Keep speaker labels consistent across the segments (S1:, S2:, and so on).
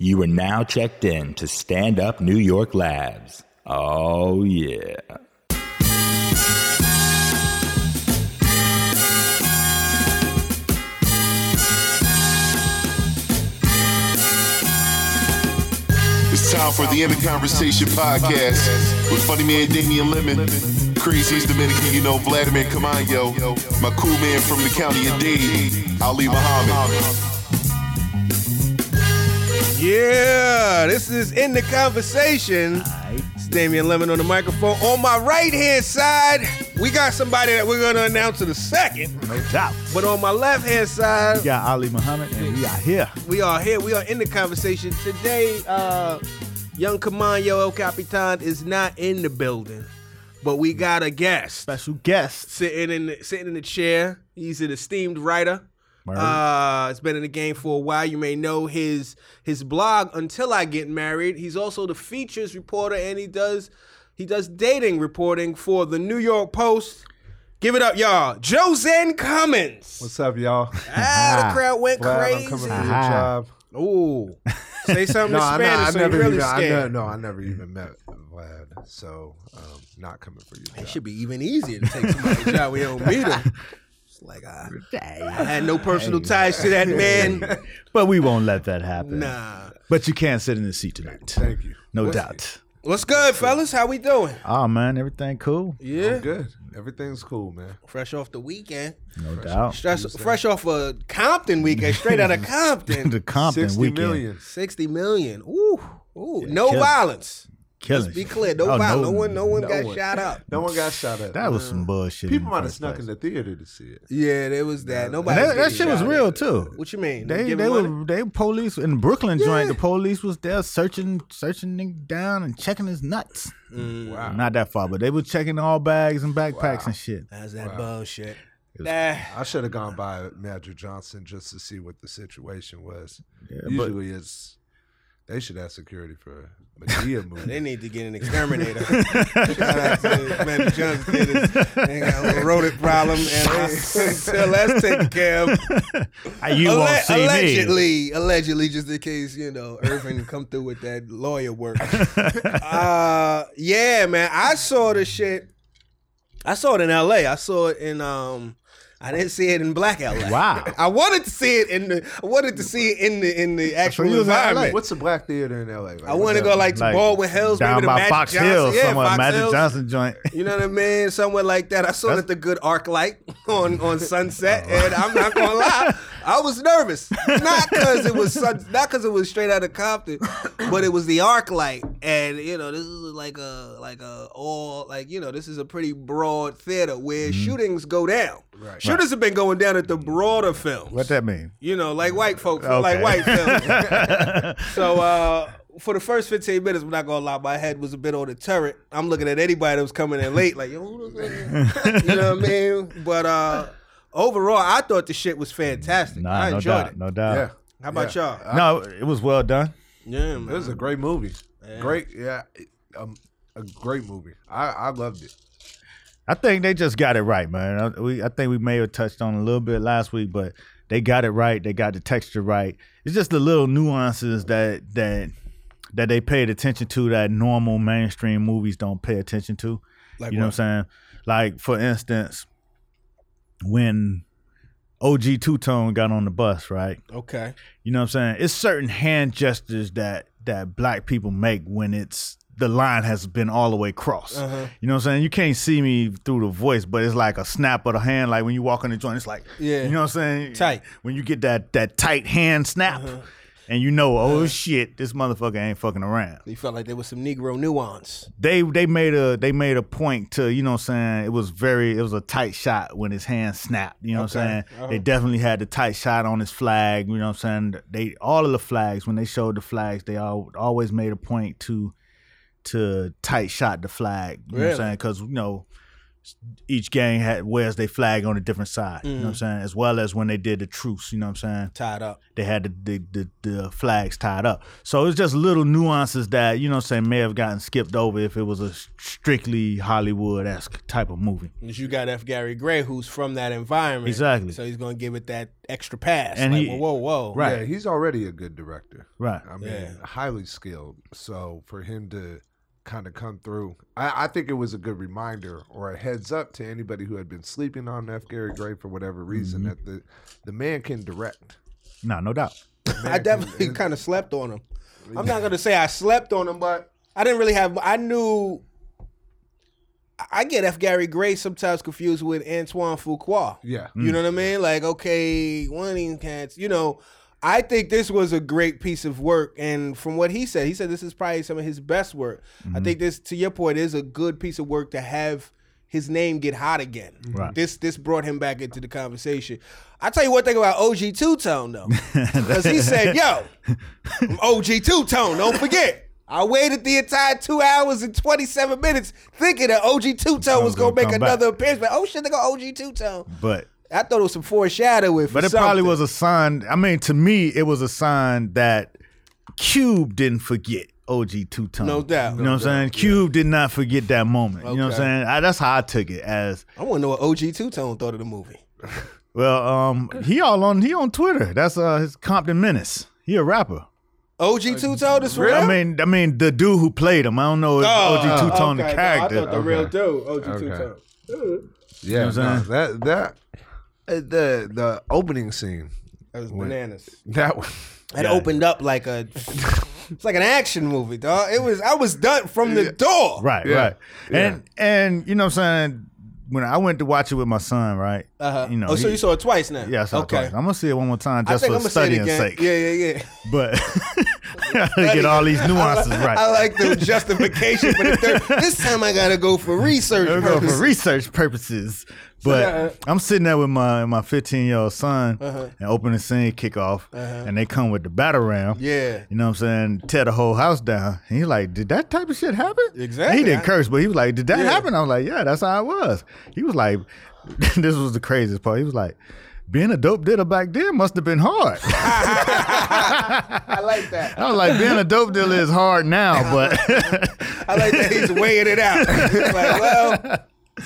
S1: You are now checked in to Stand Up New York Labs. Oh, yeah.
S2: It's time for the End of Conversation podcast with funny man Damian Lemon, crazy's Dominican, you know, Vladimir Camayo, my cool man from the county of Dade, Ali Muhammad.
S3: Yeah, this is in the conversation. It's Damian Lemon on the microphone. On my right hand side, we got somebody that we're gonna announce in a second.
S4: No doubt.
S3: But on my left hand side,
S4: We got Ali Muhammad and we are here.
S3: we are here. We are in the conversation today. Uh, young Camayo El Capitan is not in the building, but we got a guest
S4: Special guest.
S3: sitting in the, sitting in the chair. He's an esteemed writer.
S4: Word.
S3: Uh, it's been in the game for a while. You may know his his blog until I get married. He's also the features reporter, and he does he does dating reporting for the New York Post. Give it up, y'all. Josen Cummins.
S5: What's up, y'all?
S3: ah, the crowd went
S5: Glad I'm coming
S3: crazy.
S5: to your
S4: Aha.
S5: job.
S3: Ooh, say something
S5: No,
S3: in
S5: I, no,
S3: Spanish
S5: I
S3: so you
S5: never
S3: really
S5: even. I
S3: scared.
S5: never, no, I never even met Vlad, so um, not coming for your
S3: It
S5: job.
S3: should be even easier to take somebody's job. We don't meet him. It's like I, I had no personal ties to that man.
S4: But we won't let that happen.
S3: Nah.
S4: But you can sit in the seat tonight.
S5: Thank you.
S4: No doubt.
S3: What's good, fellas? How we doing?
S4: Oh man, everything cool.
S3: Yeah.
S5: Good. Everything's cool, man.
S3: Fresh off the weekend.
S4: No doubt.
S3: Fresh, fresh off a Compton weekend, straight out of Compton.
S4: The Compton
S5: Sixty million.
S4: weekend.
S3: 60 million. Ooh. Ooh. no
S4: kill it.
S3: violence.
S4: Killing.
S3: Be
S4: shit.
S3: clear. No
S4: Oh,
S3: violence. No, one no one got
S5: one.
S3: shot up.
S5: No one got shot at. uh,
S4: That was some bullshit.
S5: People might have
S4: first
S5: snuck
S4: place.
S5: in the theater to see it.
S3: Yeah, there was that. Nobody.
S4: And that,
S3: was getting
S4: that shit was
S3: shot at.
S4: real too.
S3: What you mean?
S4: They
S3: Give
S4: they
S3: him money?
S4: were they police in Brooklyn joint.
S3: Yeah.
S4: The police was there searching searching nigga down and checking his nuts.
S3: Mm.
S5: Wow.
S4: Not that far, but they were checking all bags and backpacks and shit.
S3: That's that bullshit.
S4: was-
S3: Nah.
S5: I should have gone by Magic Johnson just to see what the situation was.
S4: Yeah, but-
S5: Usually, it's they should have security for Medea
S3: They
S5: movie.
S3: need to get an exterminator. Shout out to Magic Johnson. Did his- they got a rodent problem, and uh, until that's taken care of,
S4: Uh, you
S3: Alle-
S4: won't see me.
S3: allegedly, allegedly, just in case you know Irvin come through with that lawyer work. uh, yeah, man, I saw the shit. I saw it in L.A. I saw it in. um I didn't see it in Black L.A.
S4: Wow.
S3: I wanted to see it in the. I wanted to see it in the in the actual
S4: you was in LA.
S3: environment.
S5: What's the black theater in L.A.? Like,
S3: I want to go like to
S4: Like,
S3: Baldwin Hills,
S4: down
S3: maybe to
S4: by
S3: Magic
S4: Fox
S3: Johnson.
S4: Hill,
S3: yeah,
S4: somewhere
S3: Fox
S4: Magic
S3: Hills.
S4: Johnson joint.
S3: You know what I mean? Somewhere like that. I saw it at the good arc light on, on Sunset,
S5: Uh-huh.
S3: and I'm not gonna lie, I was nervous. Not because it was sun, not because it was straight out of Compton, but it was the arc light, and you know this is like a like a all like you know this is a pretty broad theater where shootings go down.
S5: Mm-hmm. Right.
S3: Shootings have been going down at the broader films.
S4: What that mean?
S3: You know, like white folks,
S4: Okay.
S3: like white films. So uh, for the first 15 minutes, I'm not gonna lie, my head was a bit on the turret. I'm looking at anybody that was coming in late, like, yo, who the- you know what I mean? But uh, overall, I thought the shit was fantastic. I
S4: Nah, no
S3: enjoyed
S4: doubt,
S3: it.
S4: no
S5: Yeah.
S4: doubt.
S3: How about y'all?
S4: No, it was well done.
S3: Yeah,
S5: It was a great movie. Great, yeah, um, a great movie. I, I loved it.
S4: I think they just got it right, man. I, we, I think we may have touched on it a little bit last week, but they got it right. They got the texture right. It's just the little nuances that that that they paid attention to that normal mainstream movies don't pay attention to.
S3: Like
S4: you know what I'm saying? Like for instance, when OG Two Tone got on the bus, right?
S3: Okay.
S4: You know what I'm saying? It's certain hand gestures that that black people make when it's the line has been all the way crossed.
S3: Uh-huh.
S4: You know what I'm saying? You can't see me through the voice, but it's like a snap of the hand. Like when you walk in the joint, it's like
S3: Yeah.
S4: You know what I'm saying?
S3: Tight. Uh-huh.
S4: When you get that that tight hand snap, and you know, oh shit, this motherfucker ain't fucking around
S3: You felt like there was some Negro nuance.
S4: they they made a they made a point to you know what I'm saying it was very it was a tight shot when his hand snapped you know what I'm saying they definitely had the tight shot on his flag you know what I'm saying they all of the flags when they showed the flags they all always made a point to to tight shot the flag you know what I'm
S3: Really?
S4: saying because you know each gang had wears their flag on a different side. You know what I'm saying? As well as when they did the truce. You know what I'm saying?
S3: tied up.
S4: they had the, the, the, the flags tied up. So it's just little nuances that, you know what I'm saying, may have gotten skipped over if it was a strictly Hollywood esque type of movie.
S3: And You got F. Gary Gray, who's from that environment,
S4: Exactly.
S3: So he's gonna give it that extra pass.
S4: And
S3: like,
S4: he-
S3: whoa, whoa, whoa,
S4: Right.
S5: Yeah, he's already a good director.
S4: Right.
S5: I mean,
S3: Yeah.
S5: highly skilled. So for him to kind of come through, I, I think it was a good reminder or a heads up to anybody who had been sleeping on F. Gary Gray for whatever reason
S3: Mm-hmm.
S5: that the the man can direct.
S4: No, no doubt.
S3: I definitely kind of slept on him. I'm not gonna say I slept on him, but I didn't really have. I knew. I get F. Gary Gray sometimes confused with Antoine Fuqua.
S5: Yeah.
S3: You
S4: Mm.
S3: know what I mean? Like, okay, one of these cats. You know, I think this was a great piece of work, and from what he said, he said this is probably some of his best work.
S4: Mm-hmm.
S3: I think this, to your point, is a good piece of work to have his name get hot again.
S4: Right.
S3: This this brought him back into the conversation. I tell you one thing about OG Two Tone though, because he said, "Yo, I'm OG Two Tone. Don't forget." I waited the entire two hours and twenty seven minutes thinking that OG Two Tone was gonna
S4: gonna
S3: make
S4: come
S3: another
S4: back.
S3: appearance. But oh shit, they got OG Two Tone.
S4: But
S3: I thought it was some foreshadowing. For
S4: but it probably was a sign. I mean, to me, it was a sign that Cube didn't forget OG Two Tone.
S3: No doubt.
S4: You know what I'm saying? Cube did not forget that moment. You know what
S3: Okay.
S4: I'm saying? I, that's how I took it as
S3: I want to know what OG Two Tone thought of the movie.
S4: well. Um, he all on he on Twitter. That's uh his Compton Menace. He a rapper.
S3: OG Two Tone is real.
S4: I mean, I mean the dude who played him. I don't know if
S3: Oh,
S4: OG Two Tone the character.
S3: real dude, OG Two Tone.
S5: Okay. Yeah,
S4: what I'm
S5: no, that that uh, the the opening scene
S3: That was bananas.
S5: that one.
S3: It opened up like a. It's like an action movie, dog. It was I was done from the door.
S4: Right,
S5: Yeah.
S4: right. And and you know what I'm saying? When I went to watch it with my son, right?
S3: Uh-huh.
S4: You know,
S3: oh, so
S4: he-
S3: you saw it twice now?
S4: Yeah, I saw it
S3: okay.
S4: twice. I'm gonna see it one more time
S3: I
S4: just
S3: think
S4: for
S3: I'm gonna say it
S4: studying
S3: again.
S4: sake.
S3: Yeah, yeah, yeah.
S4: But I gotta get all these nuances right.
S3: I like the justification for the third. This time I gotta go for research
S4: There we go,
S3: purposes.
S4: uh, for research purposes. But
S3: now- uh, Uh-huh.
S4: I'm sitting there with my my 15 year old son and open the scene kickoff, and they come with the battle round.
S3: Yeah.
S4: You know what I'm saying? Tear the whole house down. And he's like, Did that type of shit happen?
S3: Exactly.
S4: He didn't
S3: I-
S4: curse, but he was like, Did that
S3: Yeah.
S4: happen? I was like, Yeah, that's how it was. He was like, This was the craziest part. He was like, Being a dope dealer back then must have been hard.
S3: I like that.
S4: I was like, Being a dope dealer is hard now, but
S3: I like that he's weighing it out. It's like, well,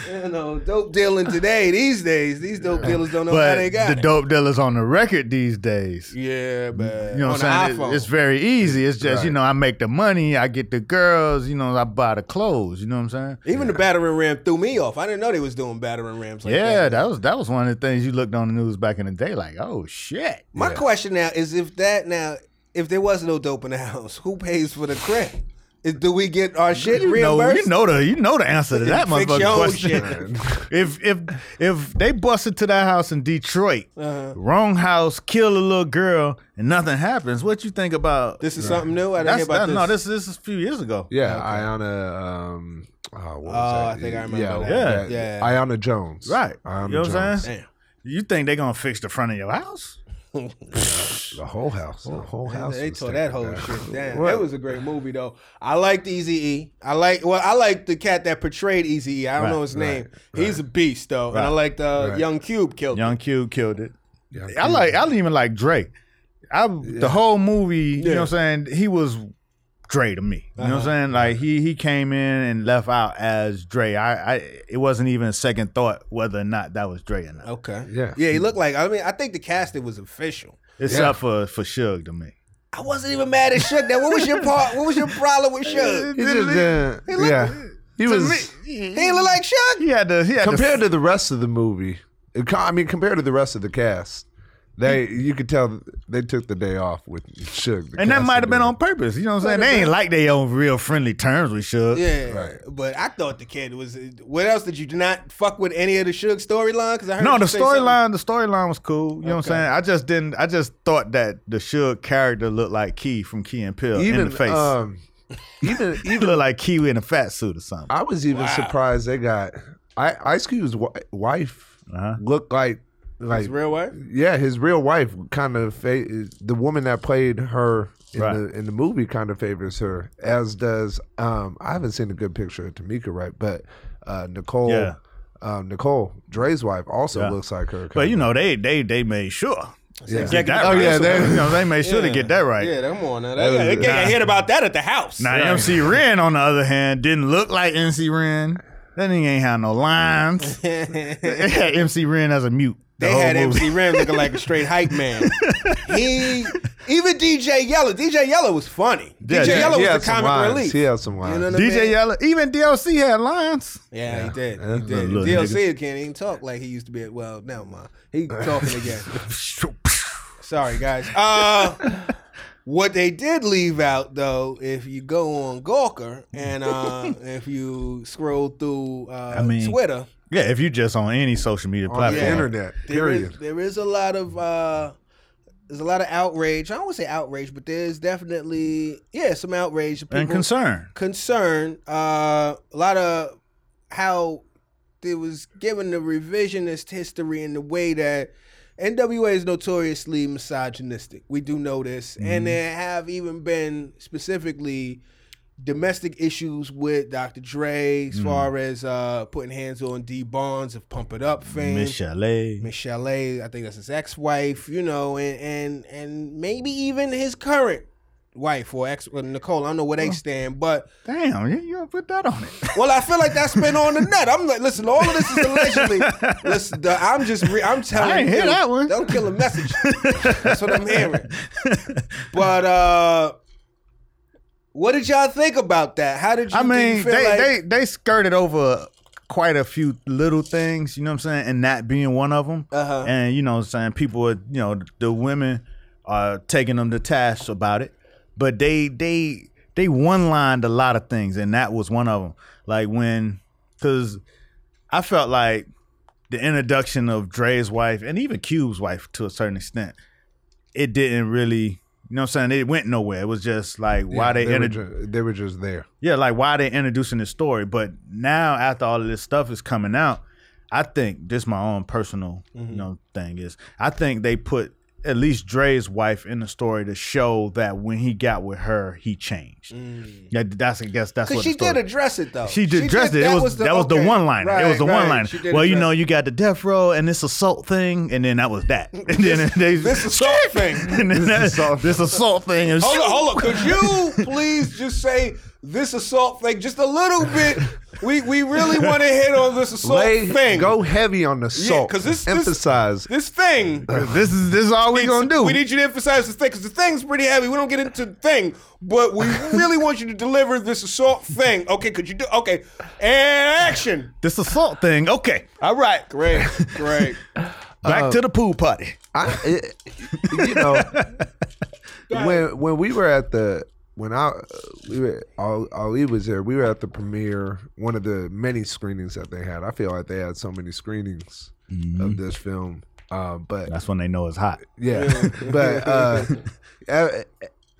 S3: you know, dope dealing today, these days, these dope dealers don't know how
S4: but
S3: they got
S4: the
S3: it.
S4: dope dealers on the record these days.
S3: yeah, but
S4: You know what I'm
S3: on
S4: saying?
S3: the
S4: It-
S3: iPhone.
S4: it's very easy. It's just, you
S5: Right.
S4: know, I make the money, I get the girls, you know, I buy the clothes. You know what I'm saying?
S3: Even the battering ram threw me off. I didn't know they was doing battering rams like
S4: Yeah,
S3: that.
S4: that was that was one of the things you looked on the news back in the day, like, oh shit.
S3: My question now is if that now, if there was no dope in the house, who pays for the crib? Is, do we get our shit
S4: You know,
S3: reimbursed?
S4: you know the you know the answer to that
S3: Fix your
S4: motherfucking
S3: own
S4: question. if if if they busted to that house in Detroit,
S3: Uh-huh.
S4: wrong house, kill a little girl, and nothing happens, what you think about
S3: This is something new. I didn't hear
S4: that's,
S3: about
S4: that,
S3: this.
S4: no, this this is a few years ago.
S5: Yeah, Iona. Um, oh, what
S3: Oh,
S5: was that?
S3: I think I remember that.
S4: Yeah.
S3: Yeah.
S5: Iona Jones.
S4: Right.
S5: Iona
S4: you know what I'm
S5: Jones.
S4: saying?
S3: Damn.
S4: You think they're gonna fix the front of your house?
S5: The whole house. The whole house.
S3: Oh, They
S5: was
S3: tore that
S5: taken
S3: whole
S5: down.
S3: shit down.
S5: What?
S3: That was a great movie though. I liked Easy E. I like well, I like the cat that portrayed Easy E. I don't
S4: Right,
S3: know his name. He's a beast though, and I liked uh,
S5: right.
S3: Young Cube killed. him.
S4: Young Cube killed it.
S5: Yeah.
S3: Mm.
S4: I like. I didn't even like Dre. I the whole movie. You know what I'm saying? He was Dre to me. You
S3: Uh-huh.
S4: know what I'm saying? Like he he came in and left out as Dre. I, I it wasn't even a second thought whether or not that was Dre or not.
S3: Okay.
S5: Yeah.
S3: Yeah, he looked like. I mean, I think the casting was official.
S4: Except for for Suge to me.
S3: I wasn't even mad at Suge. Now, what was your part? What was your problem with Suge?
S5: He just didn't. yeah. He was
S3: He didn't look like Suge.
S4: He had the he had
S5: compared
S4: the,
S5: to the rest of the movie. it co- I mean, compared to the rest of the cast, they you could tell they took the day off with Suge. the
S4: and that
S5: cast
S4: might have been
S5: together.
S4: on purpose. You know what I'm saying? They ain't like they on real friendly terms with Suge.
S3: Yeah,
S5: Right.
S3: but I thought the kid was. What else did you not fuck with any of the Suge storyline? Because I heard
S4: No,
S3: you
S4: the
S3: say something.
S4: storyline, the storyline was cool. You know what I'm saying? I just didn't. I just thought that the Suge character looked like Key from Key and Peele
S5: even
S4: in the face.
S3: uh,
S5: Um, even
S4: he looked like Kiwi in a fat suit or something.
S5: I was even surprised they got I, Ice Cube's wi- wife
S4: Uh-huh.
S5: looked like like
S3: His real way.
S5: yeah his real wife kind of fa- the woman that played her in
S4: Right.
S5: the in the movie kind of favors her as does um I haven't seen a good picture of Tamika right but uh Nicole
S4: Yeah.
S5: um, Nicole Dre's wife also
S4: Yeah.
S5: looks like her.
S4: But you know, they they they made sure.
S5: yeah.
S4: Get that
S5: Oh,
S4: right.
S5: yeah, they-
S4: you know, they made sure to get that right.
S3: Yeah, come on now.
S5: was-
S3: That,
S5: They
S6: I heard about that at the house.
S4: Now MC Ren, on the other hand, didn't look like MC Ren. That nigga ain't had no lines. they had MC Ren as a mute. the
S6: They
S4: whole
S6: had
S4: movie.
S6: MC Ren looking like a straight hype man.
S3: he even DJ Yellow. DJ Yellow was funny.
S4: Yeah,
S6: DJ
S4: yeah.
S6: Yellow
S5: he
S6: was
S5: had
S6: the
S5: some
S6: comic
S5: lines.
S6: relief.
S5: He had some lines.
S3: You know what I mean?
S4: DJ Yellow, even DLC had lines.
S6: Yeah, he did.
S5: Yeah.
S6: He did.
S4: Look, nigga.
S3: DLC can't even talk like he used to be. Well, never mind. He talking again.
S6: Sorry, guys. Uh,
S3: What they did leave out though, if you go on Gawker and uh, if you scroll through uh,
S4: I mean,
S3: Twitter,
S4: Yeah, if you just on any social media
S5: On the
S4: platform.
S5: internet,
S3: there is
S5: period.
S3: there is a lot of uh, there's a lot of outrage. I don't want to say outrage, but there's definitely yeah some outrage.
S4: and
S3: People-
S4: concern.
S3: concern uh, a lot of how it was given the revisionist history in the way that NWA is notoriously misogynistic. We do know this, and there have even been specifically domestic issues with Dr. Dre as far as uh, putting hands on D Bonds of Pump It Up fame.
S4: Michelle.
S3: Michelle, I think that's his ex-wife, you know, and and and maybe even his current wife or ex or Nicole. I don't know where they
S4: Oh.
S3: stand, but
S4: Damn, you, you gonna put that on it.
S3: well, I feel like that's been on the net. I'm like, listen, all of this is allegedly. Listen, the- I'm just, re- I'm telling.
S4: I ain't hear
S3: you,
S4: that one.
S3: Don't kill a message. that's what I'm hearing. But uh what did y'all think about that? How did you?
S4: I
S3: do you
S4: mean,
S3: feel
S4: they,
S3: like-
S4: they they skirted over quite a few little things, you know what I'm saying, and that being one of them.
S3: Uh-huh.
S4: And you know what I'm saying, people are, you know, the women are taking them to task about it, but they they they one-lined a lot of things and that was one of them. Like when cuz I felt like the introduction of Dre's wife and even Cube's wife to a certain extent, it didn't really, you know what I'm saying, it went nowhere. It was just like why
S5: Yeah,
S4: they,
S5: were
S4: introduced
S5: ju- they were just there.
S4: yeah, like why they introducing this story. But now after all of this stuff is coming out, I think this my own personal
S3: Mm-hmm.
S4: you know thing is I think they put at least Dre's wife in the story to show that when he got with her, he changed. Yeah, that's I guess
S3: Mm.
S4: that's
S3: Cause
S4: what
S3: she
S4: the story-
S3: did address it though.
S4: she did dress it. It was, that was the
S3: okay.
S4: one liner.
S3: Right,
S4: it was the
S3: right.
S4: one liner.
S3: She did
S4: Well, you
S3: address
S4: know,
S3: it.
S4: you got the death row and this assault thing, and then that was that. And then they
S3: this assault thing.
S4: and then that- this assault thing. And
S3: Hold up, hold up. Could you please just say this assault thing just a little bit? We we really want to hit on this assault
S5: Lay,
S3: thing.
S5: go heavy on the salt.
S3: 'cause this- this-
S5: emphasize.
S3: This thing.
S4: This is this is all we gonna do.
S3: We need you to emphasize this thing because the thing's pretty heavy. We don't get into the thing, but we really want you to deliver this assault thing. Okay, could you do? Okay, and action.
S4: this assault thing. Okay,
S3: All right, great, great.
S4: back to the pool party.
S5: I, it, you know, when when we were at the when I we were Al- Ali was there, we were at the premiere, one of the many screenings that they had. I feel like they had so many screenings of this film, uh, but
S4: That's when they know it's hot.
S5: yeah, but uh, uh,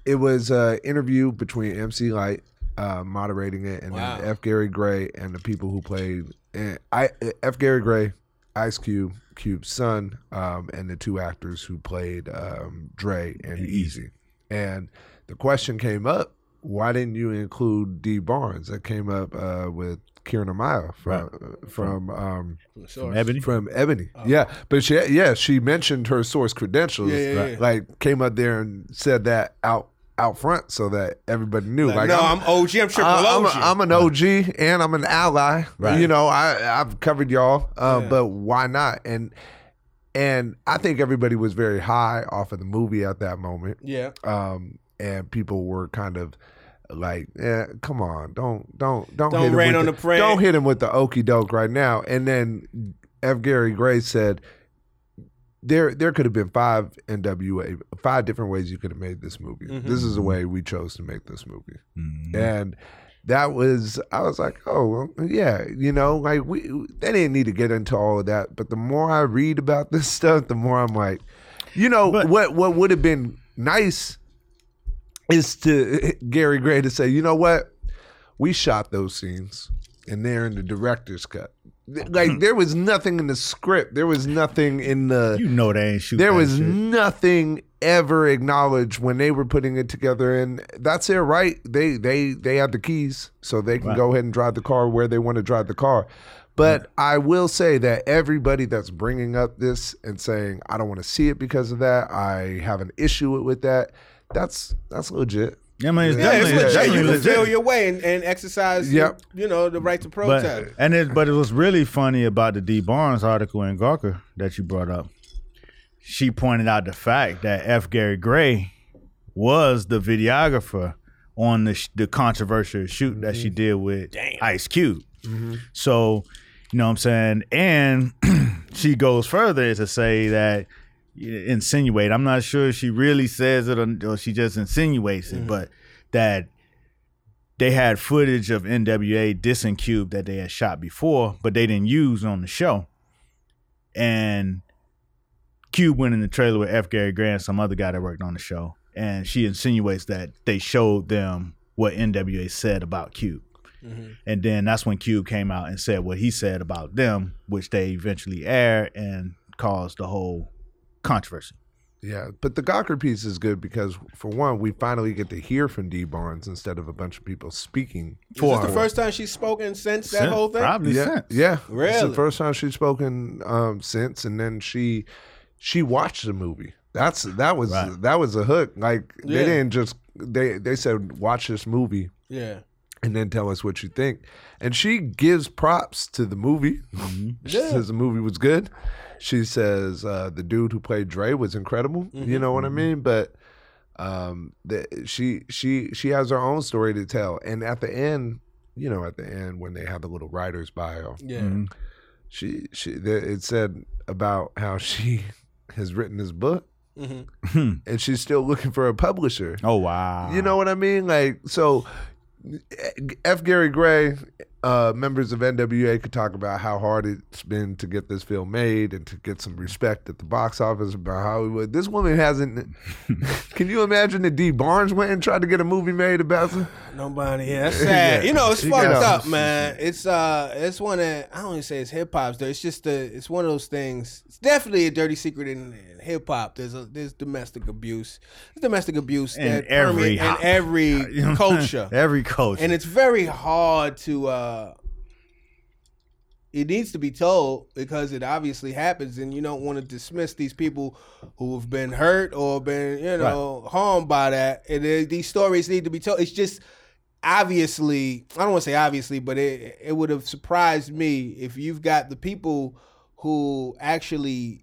S5: it was an interview between MC Light uh, moderating it, and
S6: Wow.
S5: then F. Gary Gray and the people who played and I F. Gary Gray, Ice Cube, Cube's son, um, and the two actors who played um, Dre and Easy. And the question came up: Why didn't you include D. Barnes? That came up uh, with Kieran Amaya from from. Um,
S4: Ebony.
S5: from Ebony.
S3: Oh.
S5: Yeah, but she yeah she mentioned her source credentials.
S3: Yeah, yeah, yeah.
S5: Like came up there and said that out out front so that everybody knew. Like,
S3: no, I'm, OG. I'm triple
S5: I- I'm,
S3: OG.
S5: a, I'm an OG and I'm an ally.
S4: Right.
S5: You know, I I've covered y'all, uh, but why not? And and I think everybody was very high off of the movie at that moment
S3: yeah.
S5: um, and people were kind of like, eh, "Come on, don't, don't, don't,
S3: Don't
S5: hit him
S3: rain
S5: with
S3: on the parade.
S5: Don't hit him with the okey doke right now." And then F. Gary Gray said, "There, there could have been five NWA, five different ways you could have made this movie. This
S3: Mm-hmm.
S5: is the way we chose to make this movie." And that was, I was like, "Oh, well, yeah, you know, like we, they didn't need to get into all of that." But the more I read about this stuff, the more I'm like. You know
S4: But-
S5: what? What would have been nice is to Gary Gray to say, you know what? We shot those scenes, and they're in the director's cut. Th- Like there was nothing in the script. There was nothing in the.
S4: You know they ain't shooting.
S5: there was nothing ever acknowledged when they were putting it together, and that's their right. They they they have the keys, so they can go ahead and drive the car where they want to drive the car. But I will say that everybody that's bringing up this and saying I don't want to see it because of that, I have an issue with, with that. That's that's legit.
S4: Yeah, I mean, it's
S5: Yeah,
S3: Yeah, it's
S4: definitely, it's
S3: legit.
S4: definitely
S3: You can
S4: legit.
S3: feel your way and, and exercise,
S5: Yep.
S3: you know, the right to protest.
S4: But and it, but it was really funny about the D Barnes article in Gawker that you brought up. She pointed out the fact that F. Gary Gray was the videographer on the sh- the controversial shoot that she did with Ice Cube. So, you know what I'm saying? And she goes further to say that insinuate. I'm not sure if she really says it or, or she just insinuates it, but that they had footage of NWA dissing Cube that they had shot before, but they didn't use on the show. And Cube went in the trailer with F. Gary Grant, some other guy that worked on the show, and she insinuates that they showed them what NWA said about Cube. And then that's when Cube came out and said what he said about them, which they eventually aired and caused the whole controversy.
S5: Yeah, but the Gawker piece is good because for one, we finally get to hear from D Barnes instead of a bunch of people speaking for
S3: Is this
S5: her.
S3: the first time she's spoken since that
S4: Since-
S3: whole thing?
S4: Probably
S5: yeah,
S4: since.
S5: Yeah, It's
S3: Really?
S5: the first time she's spoken um, since, and then she she watched the movie. That's that was
S4: Right.
S5: that was a hook. Like
S3: Yeah.
S5: they didn't just they they said watch this movie
S3: Yeah.
S5: and then tell us what you think. And she gives props to the movie. she
S3: Mm-hmm. Yeah.
S5: says the movie was good. She says uh, the dude who played Dre was incredible.
S3: Mm-hmm.
S5: You know what I mean? But um, the, she she she has her own story to tell. And at the end, you know, at the end when they have the little writer's bio,
S3: Yeah.
S4: Mm-hmm.
S5: she she th- it said about how she has written this book
S3: Mm-hmm.
S5: and she's still looking for a publisher.
S4: Oh wow.
S5: You know what I mean? Like so, F. Gary Gray, uh, members of NWA could talk about how hard it's been to get this film made and to get some respect at the box office by Hollywood. This woman hasn't. can you imagine that D. Barnes went and tried to get a movie made about? Some,
S3: Nobody. Yeah, that's sad.
S5: Yeah.
S3: You know, it's
S5: She
S3: fucked
S5: got
S3: up,
S5: us.
S3: man. It's uh, it's one of I don't even say it's hip hop's. It's just the it's one of those things. It's definitely a dirty secret in, in hip hop. There's a there's domestic abuse. There's domestic abuse
S4: In
S3: that
S4: every
S3: permeate-
S4: hop.
S3: in every culture.
S4: Every culture.
S3: and it's very hard to uh it needs to be told because it obviously happens and you don't want to dismiss these people who have been hurt or been you know harmed by that and they- these stories need to be told it's just obviously i don't want to say obviously but it it would have surprised me if you've got the people who actually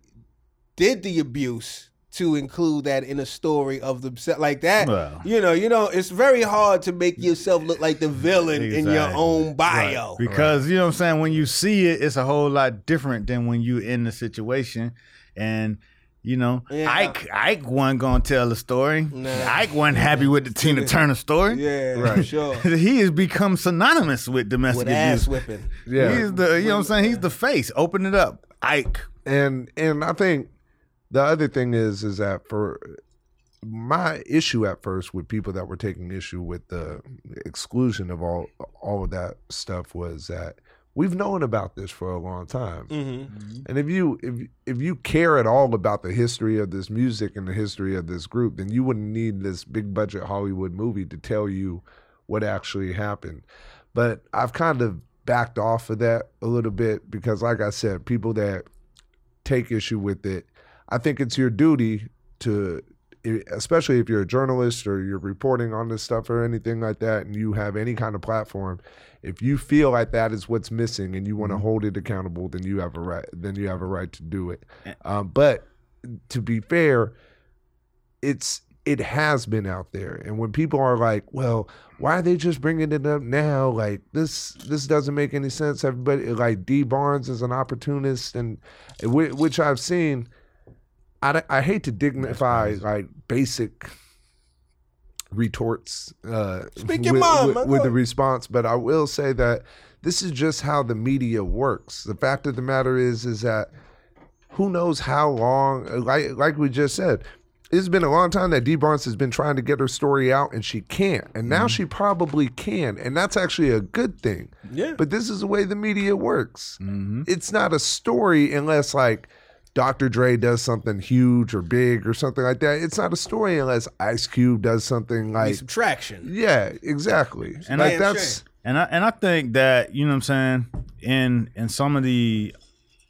S3: did the abuse to include that in a story of themselves like that
S4: Well.
S3: you know, you know, it's very hard to make yourself look like the villain in your
S4: Exactly.
S3: own bio.
S4: Because you know what I'm saying, when you see it, it's a whole lot different than when you in the situation. And you know,
S3: Yeah.
S4: Ike Ike wasn't gonna tell the story.
S3: Nah.
S4: Ike wasn't happy with the Tina Turner story.
S3: Yeah, for sure.
S4: he has become synonymous with
S3: With
S4: domestic abuse.
S3: ass whipping.
S5: yeah,
S4: He's the you know what I'm saying, he's the face. Open it up. Ike.
S5: and and I think the other thing is is that for my issue at first with people that were taking issue with the exclusion of all all of that stuff was that we've known about this for a long time.
S3: Mm-hmm.
S5: And if you if if you care at all about the history of this music and the history of this group, then you wouldn't need this big budget Hollywood movie to tell you what actually happened. But I've kind of backed off of that a little bit because like I said, people that take issue with it. I think it's your duty to, e, especially if you're a journalist or you're reporting on this stuff or anything like that, and you have any kind of platform. If you feel like that is what's missing and you want to hold it accountable, then you have a right. Then you have a right to do it. Um, but to be fair, it's it has been out there, and when people are like, "Well, why are they just bringing it up now? Like this this doesn't make any sense." Everybody like D Barnes is an opportunist, and whi- which I've seen. I, don't- I hate to dignify like basic retorts uh,
S3: Speak
S5: with,
S3: your mind,
S5: with-
S3: my
S5: with the
S3: God.
S5: response, but I will say that this is just how the media works. The fact of the matter is, is that who knows how long uh, like like we just said it's been a long time that D Barnes has been trying to get her story out and she can't. And now she probably can. And that's actually a good thing.
S3: Yeah.
S5: But this is the way the media works. It's not a story unless like Dr. Dre does something huge or big or something like that. It's not a story unless Ice Cube does something
S3: Need
S5: like
S3: some traction.
S5: Yeah, exactly.
S4: And
S5: like
S4: I-
S5: that's
S4: And I and I think that, you know what I'm saying, in in some of the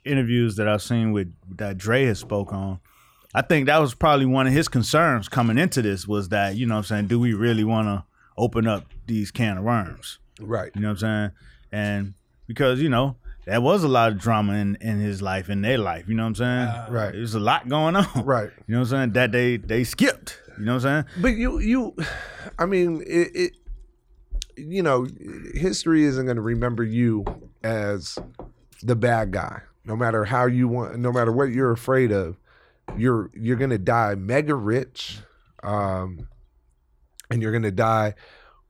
S4: interviews that I've seen with that Dre has spoke on, I think that was probably one of his concerns coming into this was that, you know what I'm saying, do we really wanna open up these can of worms?
S5: Right.
S4: You know what I'm saying? And because, you know, there was a lot of drama in, in his life, in their life, you know what I'm saying?
S5: Right.
S4: There's a lot going on.
S5: Right.
S4: You know what I'm saying? That they they skipped. You know what I'm saying?
S5: But you, you, I mean, it, it you know, history isn't going to remember you as the bad guy, no matter how you want, no matter what you're afraid of. You're you're going to die mega rich, um, and you're going to die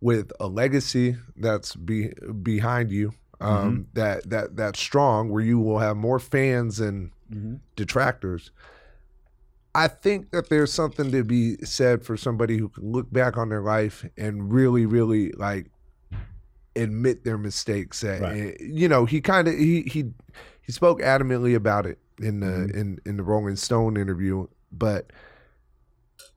S5: with a legacy that's be, behind you um, that that that's strong, where you will have more fans and detractors. I think that there's something to be said for somebody who can look back on their life and really, really like admit their mistakes. That
S4: Right.
S5: you know, he kind of he he he spoke adamantly about it in the
S4: Mm-hmm.
S5: in in the Rolling Stone interview, but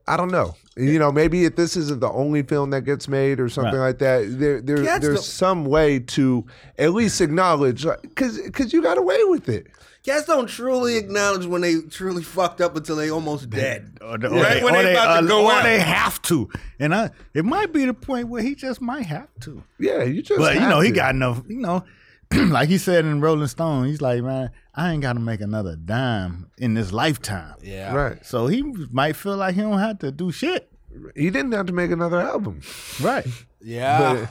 S5: I don't know. You know, maybe if this isn't the only film that gets made or something like that, there, there
S7: That's
S5: there's
S7: the-
S5: some way to at least acknowledge, because because you got away with it.
S7: Cats don't truly acknowledge when they truly fucked up until they almost dead.
S4: Or, the,
S7: Right when they about to go
S4: or
S7: out.
S4: they have to. And I it might be the point where he just might have to.
S5: Yeah, you just.
S4: But you
S5: have
S4: know, he
S5: to.
S4: got enough. You know, like he said in Rolling Stone, he's like, man, I ain't got to make another dime in this lifetime.
S3: Yeah.
S5: right.
S4: So he might feel like he don't have to do shit.
S5: He didn't have to make another album,
S4: Right.
S3: Yeah.
S5: but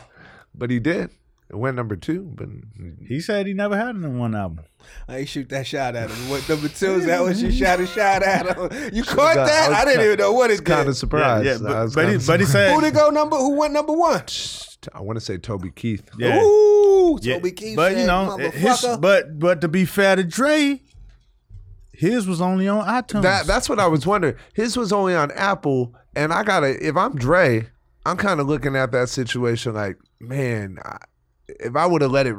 S5: but he did. It went number two, but
S4: He said he never had it in one album.
S3: I ain't shoot that shot at him. What number two is that? What you shot a shot at him? You caught
S5: got-
S3: that?
S5: I was
S3: I didn't
S5: kinda-
S3: even know what it
S5: kind of
S3: did.
S5: surprised.
S4: yeah,
S5: I
S4: but,
S5: was
S4: but, he,
S5: kinda
S4: but he said.
S3: Who did go number? Who went number one?
S5: surprised. I want to say Toby Keith.
S4: Yeah.
S3: Ooh,
S4: Yeah,
S3: Toby Keith.
S4: but
S3: said,
S4: you know, his,
S3: motherfucker.
S4: but but to be fair to Dre, his was only on iTunes.
S5: That that's what I was wondering. His was only on Apple, and I gotta. If I'm Dre, I'm kind of looking at that situation like, man, I, if I would have let it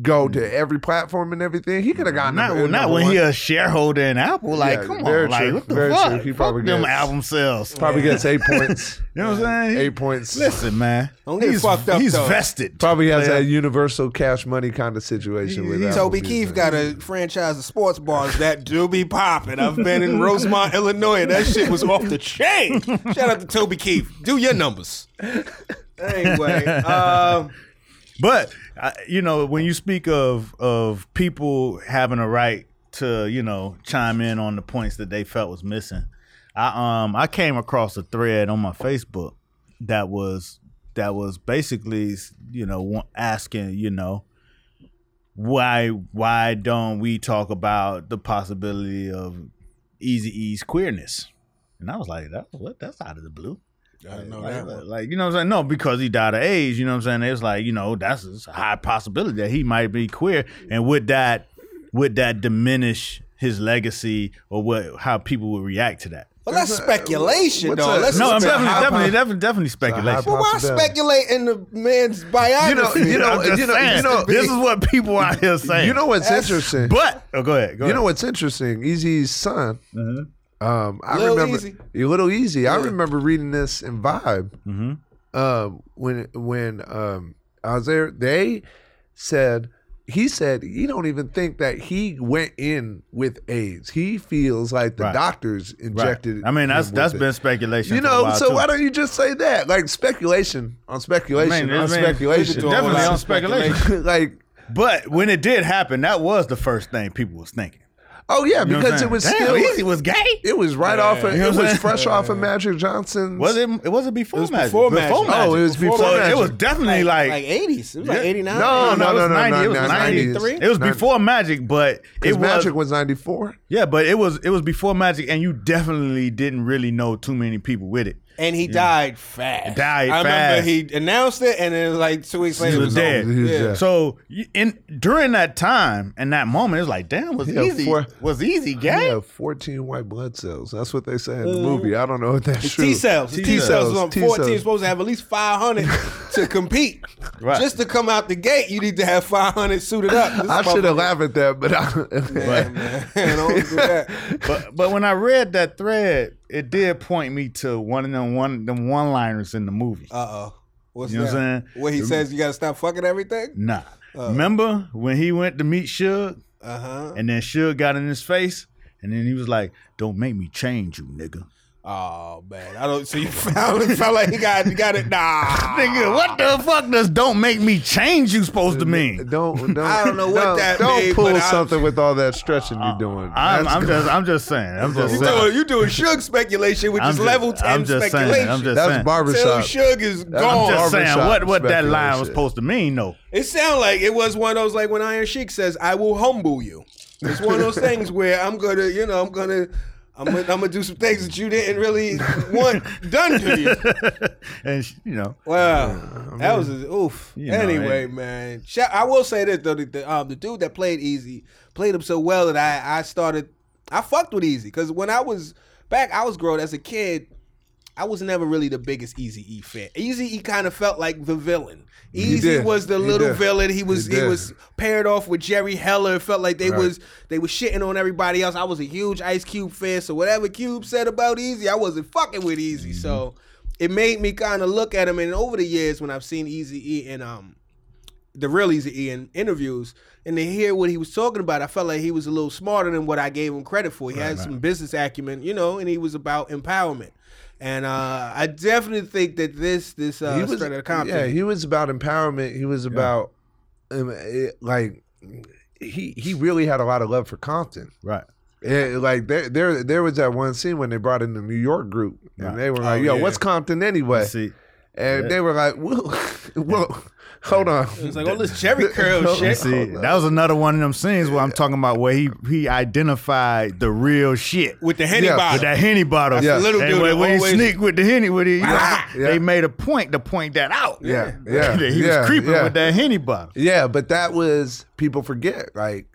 S5: go to every platform and everything, he could have gotten
S4: Mm. not
S5: number-
S4: not
S5: number
S4: when
S5: one.
S4: he uh, a shareholder in Apple. Like,
S5: Yeah,
S4: come
S5: very
S4: on, like
S5: true,
S4: what the
S5: very
S4: fuck?
S5: true. He
S4: Fuck
S5: probably
S4: them
S5: gets-
S4: album sales.
S5: probably gets eight points.
S4: You know what I'm saying?
S5: Eight points.
S4: Listen, man.
S3: Don't get
S4: he's,
S3: fucked up,
S4: He's
S3: though.
S4: vested.
S5: Probably has
S4: Yeah.
S5: that universal cash money kind of situation with Apple
S3: Toby
S5: Music.
S3: Keith got a franchise of sports bars that do be popping. I've been in Rosemont, Illinois. and That shit was off the chain. Shout out to Toby Keith. Do your numbers.
S7: Anyway, um,
S4: But I, you know, when you speak of of people having a right to you know chime in on the points that they felt was missing, I um I came across a thread on my Facebook that was that was basically you know wa- asking you know why why don't we talk about the possibility of Easy E's queerness? And I was like, that, what? That's out of the blue.
S3: I know
S4: Like, like- like, you know what I'm saying? No, because he died of AIDS, you know what I'm saying? It was like, you know, that's it's a high possibility that he might be queer. And would that would that diminish his legacy or what how people would react to that?
S3: Well, that's speculation,
S5: what's
S3: though.
S5: a-
S3: Let's
S4: No, I'm
S5: It's a
S4: definitely
S5: high
S4: definitely
S5: po-
S4: definitely definitely
S5: high
S4: speculation.
S5: po-
S3: why
S5: possibility.
S3: speculate in the man's biography?
S5: You know, you know,
S4: I'm just
S5: you know,
S4: saying,
S5: you know,
S4: this is what people out here saying.
S5: You know what's
S3: That's-
S5: interesting?
S4: but oh, go ahead. Go
S5: You
S4: ahead.
S5: know what's interesting? Easy's son.
S4: Mm-hmm.
S5: Um, I
S3: Lil
S5: remember
S3: Easy.
S5: you little easy. I remember reading this in Vibe.
S4: Mm-hmm.
S5: Um, when when um, I was there, they said he said he don't even think that he went in with AIDS. He feels like the
S4: Right.
S5: doctors
S4: Right.
S5: injected.
S4: I mean, that's
S5: him
S4: that's
S5: with
S4: been
S5: it.
S4: speculation.
S5: You
S4: for a
S5: know,
S4: while,
S5: so
S4: too.
S5: why don't you just say that? Like speculation on speculation
S4: Man,
S5: on
S4: this man-
S5: speculation.
S4: Definitely
S3: lot
S4: on
S3: of
S4: speculation.
S5: like
S4: But when it did happen, that was the first thing people was thinking.
S5: oh yeah,
S4: You know what
S5: because
S4: I'm
S5: it was
S4: saying?
S5: still
S4: Damn, Easy was gay.
S5: It was right off. Of,
S4: You know
S5: it
S4: what I'm
S5: was
S4: saying?
S5: fresh off of Magic Johnson's.
S4: Was it? It wasn't before
S3: was
S4: Magic.
S3: before Magic.
S5: Oh, it was before
S4: so It
S5: Magic.
S4: was definitely like,
S3: like 80s. It was like
S4: Yeah.
S3: 89.
S5: No,
S4: it
S5: no,
S4: was
S5: no, no,
S4: 90, It was
S5: no,
S4: 93.
S5: 90s.
S4: It was
S5: 90s.
S4: before Magic, but it was
S5: Because Magic was ninety four.
S4: yeah, but it was it was before Magic, and you definitely didn't really know too many people with it.
S3: And he died fast.
S4: Died
S3: I
S4: fast.
S3: remember he announced it, and then like two weeks later,
S4: He
S3: it
S4: was
S3: was
S4: dead.
S3: over. Yeah.
S5: uh,
S4: So you- in during that time and that moment, it was like, damn, was
S5: Yeah,
S4: easy,
S5: for-
S4: was easy
S5: He
S4: gay.
S5: had fourteen white blood cells. That's what they say in the
S7: Uh,
S5: movie. I don't know if that's
S3: It's
S5: true.
S3: T cells. T,
S5: T
S3: cells was on
S5: T
S3: 14.
S5: cells.
S3: supposed to have at least 500 to compete.
S4: Right.
S3: Just to come out the gate, you need to have 500 suited up. This
S5: I
S3: motherfucker-
S5: should have laughed at that, but I,
S3: Man, man, don't do that.
S4: But but when I read that thread, it did point me to one of them one them one liners in the movie.
S3: Uh oh. What's
S4: You know what
S3: that?
S4: I'm saying?
S3: What he says, you gotta stop fucking everything.
S4: Nah.
S5: uh.
S4: Remember when he went to meet Suge
S3: Uh huh.
S4: and then Suge got in his face and then he was like, Don't make me change you, nigga.
S3: Oh man, I don't. So you found it. Felt like he got, he got it. Nah.
S4: Nigga, what the fuck does don't make me change you supposed to mean?
S5: Don't, don't
S7: I don't know what
S5: don't-
S7: that
S5: Don't
S7: mean,
S5: pull
S7: but I-
S5: something with all that stretching you're doing.
S4: I'm,
S5: That's
S4: I'm just I'm just saying. I'm just
S5: You
S3: You
S4: saying.
S3: doing, you doing Suge speculation, which
S4: I'm
S3: is
S4: just-
S3: level 10
S4: I'm just
S3: speculation.
S4: saying. I'm just
S5: That's
S4: saying.
S3: Till
S5: barbershop.
S3: Suge is
S4: I'm
S3: gone.
S4: just saying
S5: barbershop
S4: what, what that line was
S5: speculation.
S4: supposed to mean though.
S3: It sounded like it was one of those like when Iron Sheik says, "I will humble you." It's one of those things where I'm gonna, you know, I'm gonna, I'm gonna, I'm gonna do some things that you didn't really want done to you.
S4: and sh- you know,
S3: Wow, that was a, oof.
S4: You know,
S3: anyway,
S4: it-
S3: man, shout, I will say this though, the, the, um, the dude that played Easy played him so well that I I started I fucked with Easy because when I was back, I was growing as a kid. I was never really the biggest Easy E fan. Easy E kind of felt like the villain. Easy
S5: did.
S3: was the
S5: He
S3: little
S5: did.
S3: villain. He was
S5: He
S3: he
S5: did.
S3: was paired off with Jerry Heller. It felt like they was they was shitting on everybody else. I was a huge Ice Cube fan, so whatever Cube said about Easy, I wasn't fucking with Easy. So
S5: Mm-hmm.
S3: it made me kind of look at him. And over the years, when I've seen Easy E and um the real Easy E in interviews, and to hear what he was talking about, I felt like he was a little smarter than what I gave him credit for. He had some business acumen, you know, and he was about empowerment. And uh, I definitely think that this this uh,
S5: he was,
S3: Straight Outta Compton,
S5: yeah, he was about empowerment. He was about um, it- like he he really had a lot of love for Compton.
S4: right.
S5: Yeah, like there, there, there was that one scene when they brought in the New York group,
S4: Right. Oh,
S5: and they were like, "Yo,
S3: yeah.
S5: what's Compton anyway?"
S4: See,
S5: And they were like, "Whoa, whoa, hold on."
S3: It
S4: "Oh,
S3: was like all this Jerry curl
S5: Hold on.
S3: shit.
S4: see, that was another one of them scenes where I'm talking about where he he identified the real shit.
S3: with the henny
S5: Yeah,
S3: bottle.
S4: with that henny bottle.
S5: Yeah.
S3: Little
S4: and
S3: dude
S4: when,
S3: that
S4: when
S3: always-
S4: he sneak with the henny with it, you know,
S5: Ah. Yeah.
S4: they made a point to point that out.
S5: Yeah, yeah,
S4: That he
S5: yeah,
S4: was creeping
S5: yeah.
S4: with that henny bottle.
S5: Yeah, but that was people forget like.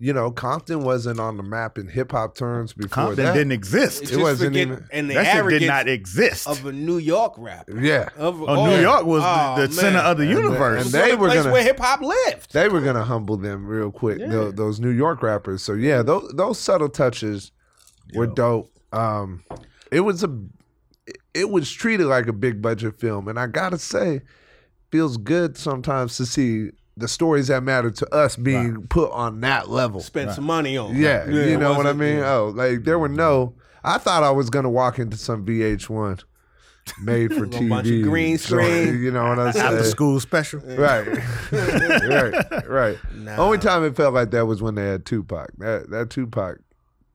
S5: You know, Compton wasn't on the map in hip hop terms before
S4: Compton
S5: that.
S4: didn't exist.
S3: It's
S5: It
S3: just
S5: wasn't
S3: forget-
S5: even-
S3: and the
S4: that shit
S3: arrogance
S4: did not exist.
S3: of a New York rapper.
S5: yeah,
S3: Of,
S4: Oh, New York was the, the center of the universe.
S5: and
S3: the
S5: They
S3: place
S5: were gonna-
S3: where hip hop lived.
S5: they were gonna humble them real quick. tho- those New York rappers. So yeah, those those subtle touches were dope. Um, it was a, it was treated like a big budget film, and I gotta say, feels good sometimes to see the stories that matter to us being put on that level.
S3: Spent some money on.
S5: Yeah,
S3: it
S5: you know what I
S3: wasn't-
S5: mean. Oh, like there were no. I thought I was gonna walk into some VH1 made for
S3: Little
S5: TV,
S3: bunch of green
S5: joint,
S3: screen.
S5: You know what I'm saying?
S4: After school special.
S5: Right, right, right. Only time it felt like that was when they had Tupac. That that Tupac.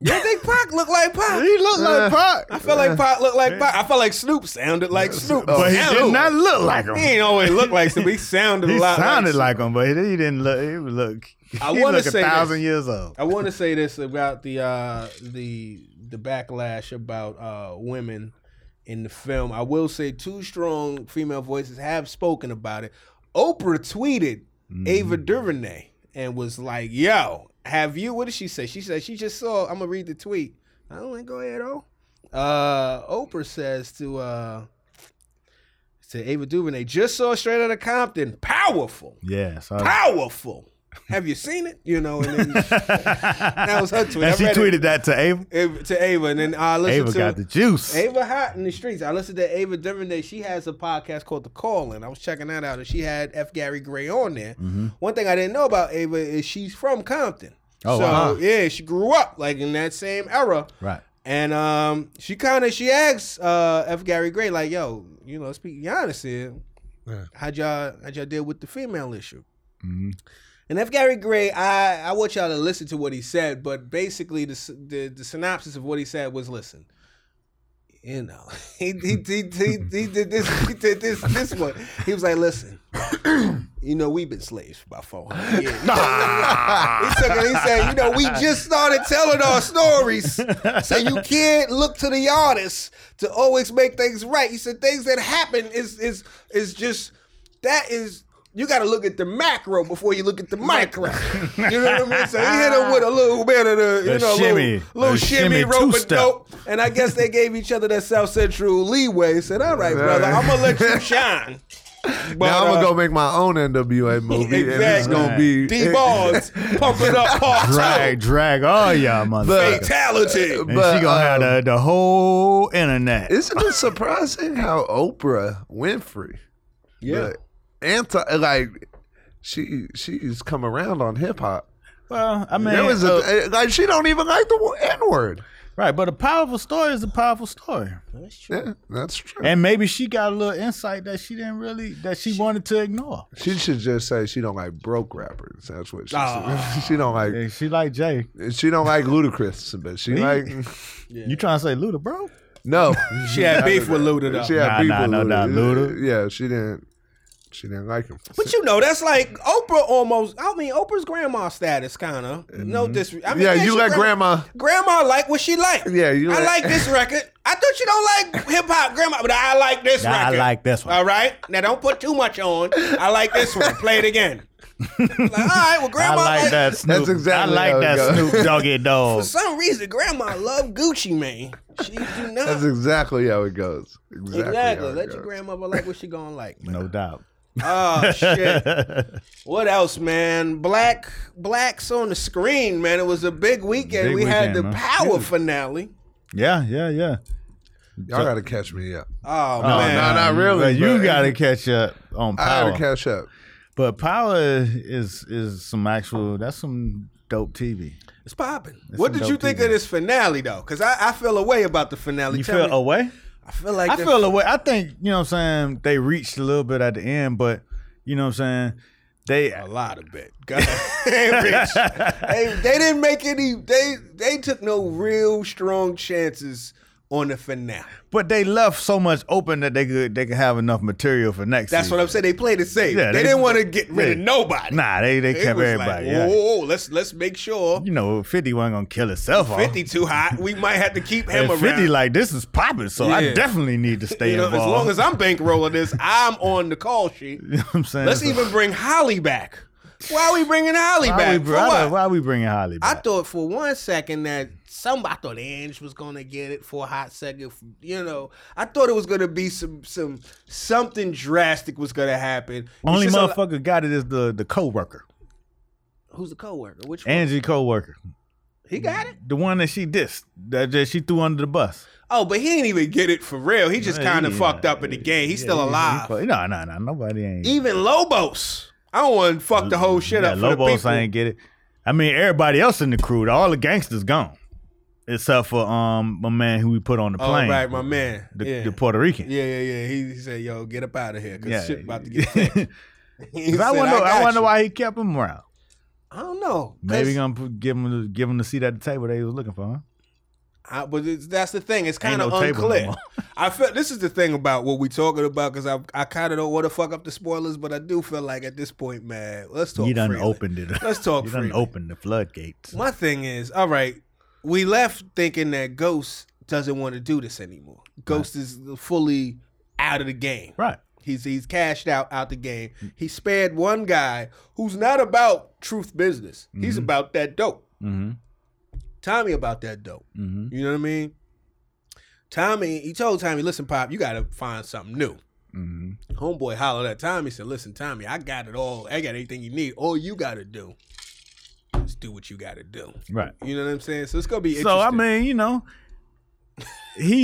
S5: Eh.
S3: You think Pac looked like Pac?
S4: He looked like Pac.
S3: I felt like Pac looked like Pac. I felt like Snoop sounded like Snoop.
S4: but he did
S3: Sounded-
S4: not look like
S3: He
S4: him.
S3: ain't always looked like Snoop. He sounded
S4: He
S3: a lot.
S4: sounded
S3: Snoop.
S4: like him, but he didn't look. He would look.
S3: I
S4: he
S3: wanna
S4: look a
S3: say
S4: thousand
S3: this.
S4: years old.
S3: I want to say this about the uh, the the backlash about uh, women in the film. I will say two strong female voices have spoken about it. Oprah tweeted Ava DuVernay and was like, "Yo, have you? What did she say? She said she just saw. I'm gonna read the tweet. I don't wanna go ahead. Oh, uh, Oprah says to uh, to Ava DuVernay, just saw Straight Outta Compton, powerful."
S4: Yeah, so
S3: powerful. Have you seen it? You know, and then that was her tweet. I
S4: and she
S3: read
S4: tweeted that to Ava.
S3: it to Ava, and then I listened
S4: Ava
S3: to
S4: got the juice.
S3: Ava hot in the streets. I listened to Ava DuVernay. She has a podcast called The Call, and I was checking that out, and she had F. Gary Gray on there.
S4: Mm-hmm.
S3: One thing I didn't know about Ava is she's from Compton.
S4: Oh,
S3: so
S4: wow.
S3: yeah, she grew up like in that same era.
S4: Right.
S3: And um, she kind of she asks uh, F. Gary Gray like, "Yo, you know, speaking honest here,
S5: Yeah.
S3: how'd y'all how'd y'all deal with the female issue?" And F. Gary Gray, I I want y'all to listen to what he said, but basically the s- the, the synopsis of what he said was, "Listen, you know, he he, he, he, he did this he did this this one. He was like, listen." You know, we've been slaves for about 400 years. he, took it, he said, you know, we just started telling our stories. So you can't look to the artists to always make things right. He said things that happen is is is just that is you got to look at the macro before you look at the micro. you know what I mean? So he hit him with a little bit of the, you
S4: A
S3: know,
S4: shimmy.
S3: little, little
S4: A
S3: shimmy,
S4: shimmy
S3: rope and
S4: two-step.
S3: dope. And I guess they gave each other that South Central leeway. Said, all right, brother, I'm going to let you shine. But,
S5: now I'm
S3: uh,
S5: gonna go make my own NWA movie, and it's
S3: Exactly.
S5: gonna be
S3: D balls pumping up part
S4: Drag, drag all y'all motherfuckers.
S3: fatality.
S4: And
S5: But, uh,
S4: she gonna have the, the whole internet.
S5: Isn't it surprising how Oprah Winfrey
S3: Yeah.
S5: But anti like she she's come around on hip hop.
S4: Well, I mean,
S5: There was
S4: uh,
S5: a, eh, like she don't even like the N word.
S4: right, but a powerful story is a powerful story,
S3: That's true.
S5: Yeah, that's true.
S4: and maybe she got a little insight that she didn't really that she wanted to ignore.
S5: she should just say she don't like broke rappers. That's what she
S3: Ah.
S5: said. she don't like.
S4: Yeah, she like Jay.
S5: She don't like Ludacris, but she
S4: Me?
S5: like
S4: You trying to say Luda, bro?
S5: no.
S3: She had beef with Luda though.
S5: She had
S4: Nah,
S5: beef
S4: nah,
S5: with
S4: nah, nah,
S5: Luda.
S4: Luda.
S5: Yeah, she didn't. She didn't like him.
S3: But you know, that's like Oprah almost. I mean, Oprah's grandma status, kind of. No disrespect. I mean,
S5: Mm-hmm. yeah, you
S3: she
S5: like
S3: grand-
S5: grandma.
S3: Grandma like what she like.
S5: Yeah, you
S3: I
S5: like-
S3: like this record. I thought you don't like hip hop, grandma, but I like this
S4: Nah, I
S3: record.
S4: like this one.
S3: All right, now don't put too much on. I like this one. Play it again. like, all right, well,
S4: I
S3: grandma
S4: like that Snoop.
S5: exactly
S4: I like
S5: how it
S4: that
S5: goes.
S4: Snoop Doggy
S3: For
S4: Dog.
S3: some reason, grandma love Gucci Mane. She do not.
S5: That's exactly how it goes. Exactly.
S3: exactly.
S5: how it
S3: Let your
S5: goes.
S3: grandmother like what she gonna like.
S4: No doubt.
S3: Oh shit. What else, man? Black blacks on the screen, man. It was a big weekend.
S4: Big
S3: we had
S4: weekend,
S3: the
S4: man.
S3: power finale.
S4: Yeah, yeah, yeah.
S5: Y'all gotta catch me up.
S3: Oh
S4: No,
S3: man.
S5: nah, not really,
S4: But you
S5: but-
S4: got to catch up on
S5: I
S4: power.
S5: gotta catch up.
S4: but power is is some actual. That's some dope TV.
S3: It's popping. What
S4: some
S3: did you
S4: dope
S3: think
S4: people.
S3: of this finale though? Because I, I feel a way about the finale.
S4: You
S3: Tell
S4: feel
S3: me-
S4: away?
S3: I feel like
S4: I
S3: the-
S4: feel away. I think you know. what I'm saying they reached a little bit at the end, but you know what I'm saying they.
S3: a lot of bit. God, Rich. they, they didn't make any they they took no real strong chances on the finale.
S4: But they left so much open that they could they could have enough material for next.
S3: That's
S4: season.
S3: what I'm saying. They played it safe.
S4: Yeah,
S3: they,
S4: they-
S3: didn't want to get rid of
S4: yeah.
S3: nobody.
S4: Nah, they they
S3: It
S4: kept
S3: was
S4: everybody.
S3: like,
S4: yeah.
S3: whoa, let's let's make sure
S4: You know, Fifty wasn't gonna kill himself. off.
S3: 50 too hot. We might have to keep him
S4: And
S3: around.
S4: 50 like this is popping, so I
S3: Yeah.
S4: definitely need to stay
S3: you know, as
S4: involved.
S3: long as I'm bankrolling this, I'm on the call sheet.
S4: you know what I'm saying,
S3: Let's
S4: So-
S3: even bring Holly back. Why are we bringing Holly
S4: why
S3: back?
S4: We,
S3: For
S4: br- I
S3: what?
S4: don't- why we bringing Holly?
S3: I
S4: Back?
S3: thought for one second that some I thought Ange was gonna get it for a hot second. You know, I thought it was gonna be some some something drastic was gonna happen. It's
S4: Only
S3: just a lot-
S4: motherfucker got it is the the coworker,
S3: who's the coworker? Which one?
S4: Angie coworker,
S3: he got it?
S4: the one that she dissed, that, that she threw under the bus.
S3: Oh, but he didn't even get it for real. He just
S4: Yeah,
S3: kind of
S4: he- uh,
S3: fucked up in the game. He's
S4: yeah,
S3: still
S4: he- he
S3: alive.
S4: fu- No, no, no, nobody ain't.
S3: Even Lobos. I don't want to fuck the whole shit
S4: yeah,
S3: up. For the
S4: Lobos
S3: people.
S4: ain't get it. I mean, everybody else in the crew, all the gangsters gone, except for um my man who we put on the
S3: Oh,
S4: plane,
S3: right, my man.
S4: the,
S3: yeah.
S4: the Puerto Rican.
S3: yeah, yeah, yeah. He, he said, "Yo, get up out of here, cause
S4: Yeah.
S3: shit about to get." thick." He
S4: 'Cause I
S3: said,
S4: wonder, I,
S3: got
S4: wonder
S3: you."
S4: why he kept him around.
S3: I don't know.
S4: Maybe
S3: 'cause
S4: gonna put, give him the, give him the seat at the table they was looking for. Huh?
S3: I, but it's, that's the thing. It's
S4: Ain't
S3: kind of
S4: no table no
S3: unclear.
S4: more.
S3: I feel this is the thing about what we talking about because I I kind of don't want to fuck up the spoilers, but I do feel like at this point, man, let's talk.
S4: You done
S3: freely.
S4: opened it.
S3: Let's talk
S4: you done
S3: freely.
S4: opened the floodgates.
S3: My thing is, all right, we left thinking that Ghost doesn't want to do this anymore. Ghost is fully out of the game.
S4: Right.
S3: He's he's cashed out out the game.
S4: Mm.
S3: He spared one guy who's not about truth business. He's about that dope.
S4: Mm-hmm.
S3: Tommy about that dope.
S4: Mm-hmm.
S3: You know what I mean? Tommy, he told Tommy, listen, Pop, you gotta find something new.
S4: Mm-hmm.
S3: Homeboy hollered at Tommy, said, listen, Tommy, I got it all. I got everything you need. All you gotta do is do what you gotta do.
S4: Right.
S3: You know what I'm saying? So it's gonna be
S4: So I
S3: interesting.
S4: mean, you know, he.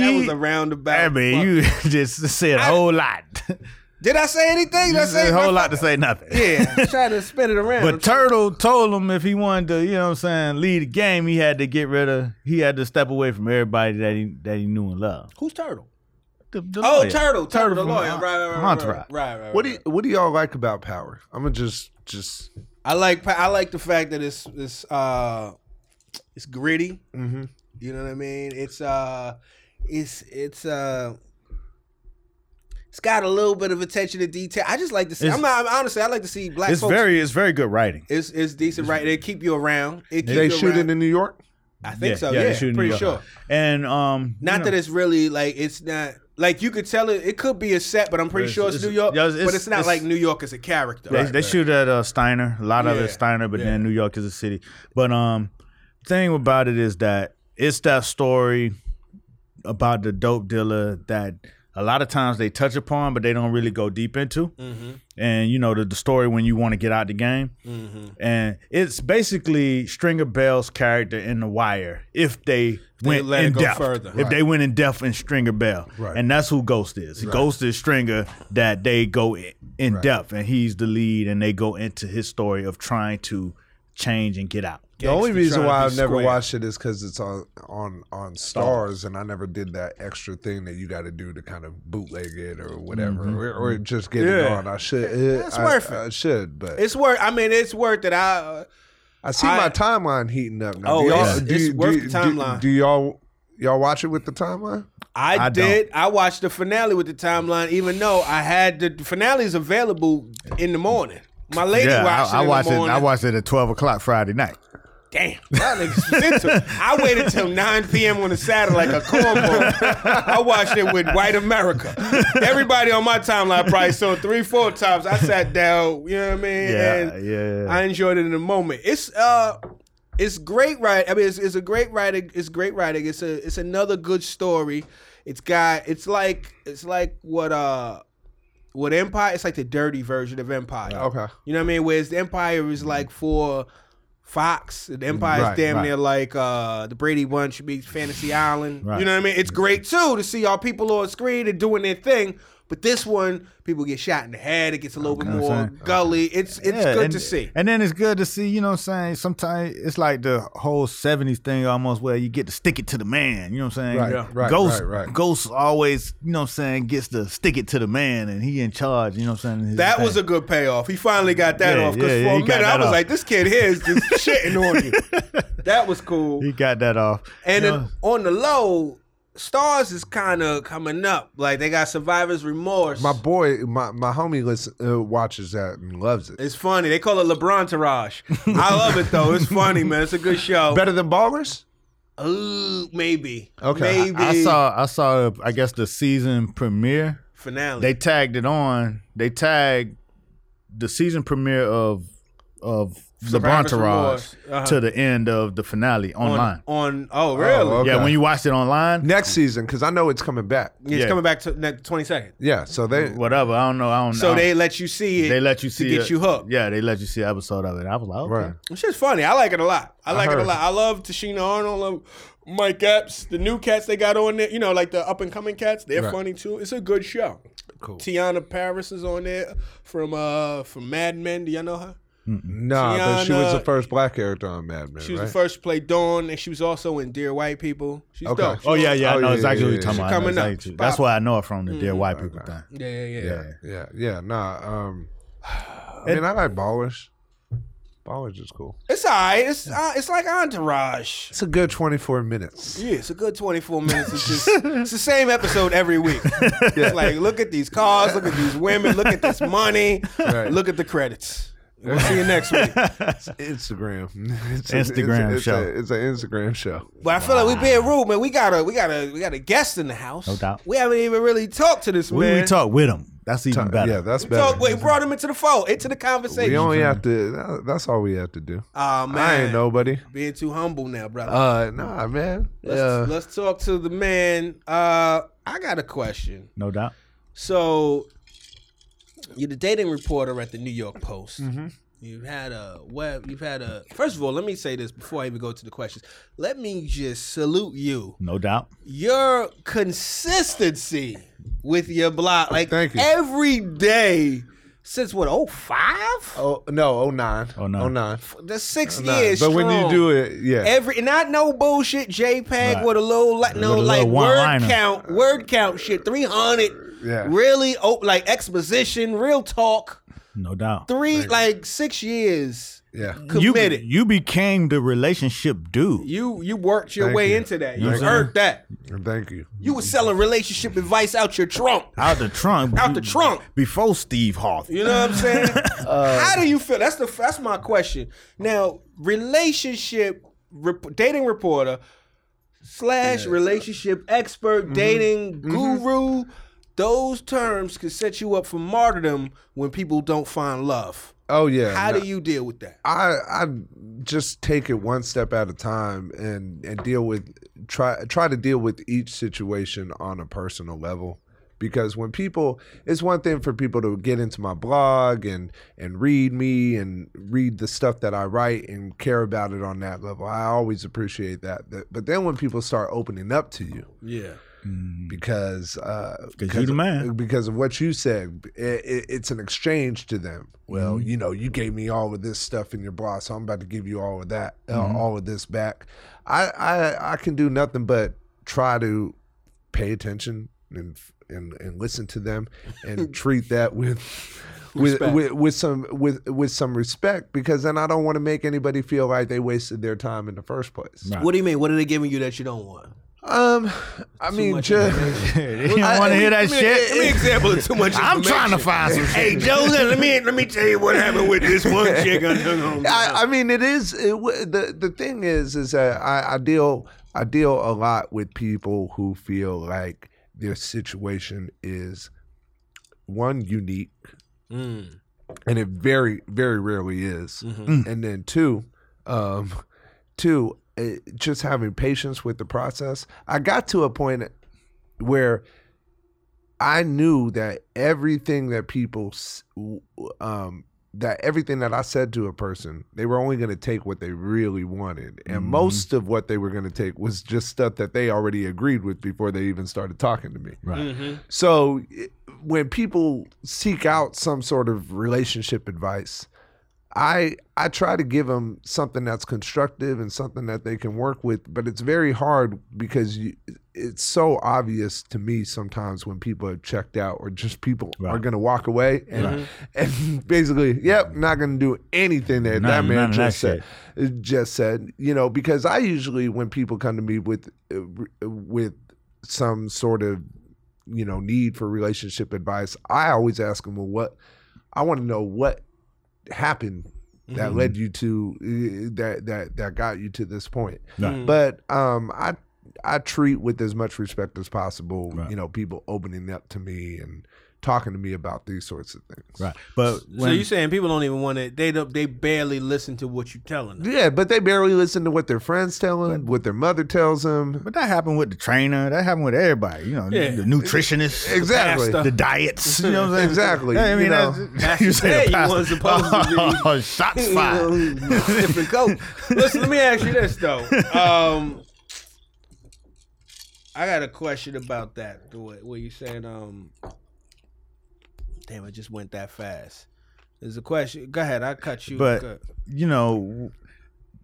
S3: that was a roundabout.
S4: I mean,
S3: fuck.
S4: you just said a
S3: I-
S4: whole lot.
S3: did I say anything? Did I
S4: Just
S3: say
S4: a whole
S3: my
S4: lot to
S3: fuck-
S4: say nothing.
S3: Yeah, I'm trying to spin it around.
S4: But Turtle told him if he wanted to, you know what I'm saying, lead the game, he had to get rid of, he had to step away from everybody that he that he knew and loved.
S3: who's Turtle?
S4: The- the
S3: Oh,
S4: lawyer.
S3: Turtle, Turtle, the
S4: from
S3: lawyer.
S4: Hon-
S3: Right, right, right,
S4: Entourage.
S3: right, right, right.
S5: What do
S3: right.
S5: you, what do y'all like about power? I'm gonna just just
S3: I like? I like the fact that it's it's uh it's gritty.
S5: mm-hmm.
S3: You know what I mean? It's uh it's it's uh it's got a little bit of attention to detail. I just like to see.
S4: It's-
S3: I'm not I'm, honestly. I like to see black
S4: It's
S3: folks.
S4: very, it's very good writing.
S3: it's it's decent, right? They keep you around. It keep
S5: They
S3: you
S5: shoot
S3: around.
S5: it in New York.
S3: I think so.
S4: they
S3: Yeah,
S4: shoot in
S3: pretty
S4: New York.
S3: sure.
S4: And um,
S3: Not
S4: you know,
S3: that it's really like it's not like you could tell it. It could be a set, but I'm pretty
S4: It's-
S3: sure it's,
S4: it's-
S3: New York.
S4: yeah, it's-
S3: but it's not
S4: it's-
S3: like New York is a character.
S4: they,
S3: Right,
S4: they
S3: right.
S4: shoot at uh, Steiner, a lot of it
S3: Yeah,
S4: is Steiner, but
S3: yeah.
S4: then New York is a city. But um, thing about it is that it's that story about the dope dealer that a lot of times they touch upon, but they don't really go deep into.
S3: Mm-hmm.
S4: And you know the, the story when you want to get out the game,
S3: Mm-hmm.
S4: and it's basically Stringer Bell's character in The Wire. If they, went
S3: let it
S4: in
S3: go
S4: depth,
S3: further.
S4: if they went in depth in Stringer Bell, right. and that's who Ghost is. Ghost is Stringer that they go in, in depth, and he's the lead, and they go into his story of trying to change and get out.
S5: The only
S3: Gangsta
S5: reason
S3: trying to
S5: why
S3: be
S5: I've never
S3: square.
S5: watched it is because it's on on on stars, and I never did that extra thing that you got to do to kind of bootleg it or whatever, or, or just get it
S3: Mm-hmm. Yeah.
S5: on. I should. It,
S3: That's
S5: I,
S3: worth it.
S5: I should, but
S3: It's worth. I mean, it's worth it. I
S5: I see
S3: I-
S5: my timeline heating up now.
S3: Oh,
S5: do y'all,
S3: it's-
S5: do
S3: it's
S5: you- do
S3: worth
S5: you-
S3: the
S5: do-
S3: timeline.
S5: Do, y'all y'all watch it with the timeline?
S3: I,
S4: I don't.
S3: did. I watched the finale with the timeline, even though I had the, the finale's available in the morning. My lady
S4: yeah,
S3: watched
S4: I, I
S3: it.
S4: watched
S3: in
S4: it.
S3: the morning.
S4: I watched it at twelve o'clock Friday night.
S3: Damn, y'all niggas was into it. I waited till 9 p.m. on a Saturday like a cornball. I watched it with White America. Everybody on my timeline probably saw it three, four times. I sat down, you know what I mean?
S4: Yeah,
S3: and
S4: yeah.
S3: I enjoyed it in the moment. It's uh it's great writing. I mean, it's, it's a great writing. It's great writing. It's a it's another good story. It's got it's like it's like what uh what Empire. It's like the dirty version of Empire.
S5: Okay.
S3: You know what I mean? Whereas the Empire is like for Fox. The Empire is
S4: Right,
S3: damn
S4: right.
S3: near like uh, the Brady Bunch meets Fantasy Island.
S4: Right.
S3: You know what I mean? It's great too to see all people on screen and doing their thing. But this one, people get shot in the head. It gets a little bit
S4: Okay.
S3: more
S4: Okay.
S3: gully. It's it's
S4: Yeah,
S3: good
S4: and-
S3: to see.
S4: And then it's good to see, you know what I'm saying? Sometimes it's like the whole 70s thing almost where you get to stick it to the man, you know what I'm saying?
S5: Right, Yeah. right,
S4: Ghost,
S5: right, right.
S4: Ghost always, you know what I'm saying, gets to stick it to the man and he in charge, you know what I'm saying? His
S3: That
S4: thing.
S3: was a good payoff. He finally got that
S4: Yeah,
S3: off because
S4: yeah, yeah,
S3: for a
S4: he got
S3: minute I
S4: that
S3: was
S4: off.
S3: like, "This kid here is just shitting on you." That was cool.
S4: He got that off.
S3: And
S4: You
S3: then
S4: know,
S3: on the low, Stars is kind of coming up. Like they got Survivor's Remorse.
S5: My boy, my my homie listen, uh, watches that and loves it.
S3: It's funny. They call it LeBron Taraj. I love it though. It's funny, man. It's a good show.
S5: Better than Ballers?
S3: Ooh, maybe.
S5: Okay.
S3: Maybe
S4: I I saw I saw uh, I guess the season premiere.
S3: finale.
S4: They tagged it on. They tagged the season premiere of of LeBron
S3: Survivor's
S4: Taraj
S3: Remorse. Uh-huh.
S4: to the end of the finale online.
S3: on, on. Oh, really?
S5: okay.
S4: Yeah, when you watched it online,
S3: Mm.
S5: Next season, because I know it's coming back.
S3: It's
S4: yeah.
S3: coming back to ne- 22nd.
S5: Yeah, so they
S4: whatever. I don't know. I don't know.
S3: So they let you see it.
S4: they let you see
S3: to get
S4: a-
S3: you hooked.
S4: Yeah, they let you see an episode of it. I was like, okay.
S5: right.
S3: It's just funny. I like it a lot. I like it a
S5: heard.
S3: lot. I love Tashina Arnold. I love Mike Epps. The new cats they got on there. You know, like the up and coming cats. They're
S5: Right.
S3: funny too. It's a good show. Cool. Tiana Paris is on there from uh from Mad Men. Do y'all know her?
S5: Nah, but she was the
S3: Tiana-
S5: first black character on Mad Men.
S3: She was
S5: right?
S3: the first to play Dawn, and she was also in Dear White People. She's
S5: Okay.
S3: dope. She
S4: Oh yeah, yeah.
S5: Oh,
S4: I know
S5: yeah,
S4: exactly
S5: yeah,
S4: what
S5: yeah,
S4: you're talking
S5: yeah.
S4: about. I know
S3: Coming up.
S4: exactly- That's why I know it from
S3: Mm-hmm.
S4: the dear white people thing.
S3: Yeah, yeah, yeah.
S4: Yeah.
S5: Yeah, yeah, nah. Um, I mean, I like Ballers. Ballers is cool.
S3: It's all right. It's uh, it's like Entourage.
S5: It's a good 24 minutes.
S3: Yeah, it's a good 24 minutes. It's just it's the same episode every week. It's like look at these cars, look at these women, look at this money,
S5: Right.
S3: look at the credits. We'll see you next week.
S5: It's Instagram. It's
S4: Instagram
S5: it's
S4: show.
S5: A, it's an Instagram show.
S3: But I feel like we being rude, man. We got a we got a we got a guest in the house.
S4: No doubt.
S3: We haven't even really talked to this
S4: We,
S3: man.
S4: we talk with them. That's even better.
S5: Yeah, that's better.
S3: Talk, we brought him into the fold, into the
S5: we
S3: conversation.
S5: only have to. that- That's all we have to do.
S3: Aw,
S5: I
S3: man,
S5: ain't nobody.
S3: being too humble now, brother.
S5: Uh, nah, man.
S3: Let's,
S5: Yeah.
S3: let's talk to the man. Uh, I got a question.
S4: No doubt.
S3: So, you're the dating reporter at the New York Post.
S5: Mm-hmm.
S3: You've had a web. You've had a. First of all, let me say this before I even go to the questions. Let me just salute you.
S4: No doubt.
S3: Your consistency with your blog, like
S5: Thank you.
S3: every day since what? Oh five.
S5: Oh no, oh nine,
S4: Oh, nine.
S5: oh nine.
S3: That's six
S5: Nine.
S3: years.
S5: But when you
S3: strong.
S5: do it, yeah,
S3: Every not no bullshit JPEG
S4: Right.
S3: with a little like no
S4: With a
S3: like
S4: little
S3: word
S4: one-liner.
S3: count word count shit three hundred
S5: Yeah.
S3: really op- like exposition real talk
S4: No doubt.
S3: three like six years
S5: yeah.
S4: You
S3: committed you
S4: you became the relationship dude.
S3: you, worked your
S5: Thank
S3: way
S5: you.
S3: into that
S4: know
S3: you
S4: what I'm
S3: earned that
S5: Thank you.
S3: you was selling relationship advice out your trunk
S4: Out the trunk.
S3: Out the trunk.
S4: Before Steve Harvey.
S3: You know what I'm saying?
S7: Uh,
S3: How do you feel? That's the that's my question. Now, relationship rep, dating reporter slash relationship expert,
S7: Mm-hmm.
S3: dating guru. Those terms can set you up for martyrdom when people don't find love.
S5: Oh yeah.
S3: How
S5: no.
S3: do you deal with that?
S5: I I just take it one step at a time and and deal with try try to deal with each situation on a personal level because when people it's one thing for people to get into my blog and and read me and read the stuff that I write and care about it on that level. I always appreciate that. But- But then when people start opening up to you
S3: Yeah,
S5: because uh,
S4: you the man.
S5: because of what you said. It, it, it's an exchange to them. Well, you know, you gave me all of this stuff in your blog, so I'm about to give you all of that, uh, all of this back. I, I I can do nothing but try to pay attention and and, and listen to them and treat that with. With, with with some with with some respect because then I don't want to make anybody feel like they wasted their time in the first place.
S3: What do you mean? What are they giving you that you don't want?
S5: Um, I mean, just
S4: you don't want to hear that shit.
S7: Give me an example of too much.
S4: I'm
S7: information.
S4: trying to find some shit.
S7: Hey Joe, let me let me tell you what happened with this one chick.
S5: I, I mean, it is it, w- the the thing is is that I, I deal I deal a lot with people who feel like their situation is one unique, and it very very rarely is, and then two, um, two, it, just having patience with the process. I got to a point where I knew that everything that people, s- w- um, that everything that I said to a person, they were only going to take what they really wanted, and most of what they were going to take was just stuff that they already agreed with before they even started talking to me. Right.
S4: Mm-hmm.
S5: So it- when people seek out some sort of relationship advice, I I try to give them something that's constructive and something that they can work with, but it's very hard because you, it's so obvious to me sometimes when people are checked out or just people are going to walk away and, and basically, yep, not going to do anything that that
S4: None- none
S5: man
S4: of
S5: just
S4: that
S5: said. Just said, you know, because I usually when people come to me with uh, with some sort of you know need for relationship advice, I always ask them, well, what I want to know what happened that
S4: Mm-hmm.
S5: led you to uh, that that that got you to this point.
S4: Right.
S5: But um, I I treat with as much respect as possible.
S4: Right.
S5: You know, people opening up to me and talking to me about these sorts of things.
S4: Right, but
S3: so
S4: when
S3: you saying people don't even want to? They don't. They barely listen to what you're telling them.
S5: Yeah, but they barely listen to what their friends tell them, what their mother tells them.
S4: But that happened with the trainer. That happened with everybody. You know,
S3: Yeah.
S4: the nutritionist.
S5: Exactly.
S4: The diets. You know what I'm saying?
S5: Exactly,
S4: I mean,
S5: you know.
S4: that's- you say the
S3: Yeah, you
S4: pastor.
S3: wasn't supposed to
S4: Oh, shots fired.
S7: different coat.
S3: Listen, let me ask you this though. Um, I got a question about that. What, what you saying? Um, damn, it just went that fast. There's a question. Go ahead. I cut you.
S4: But-
S3: Go-
S4: You know,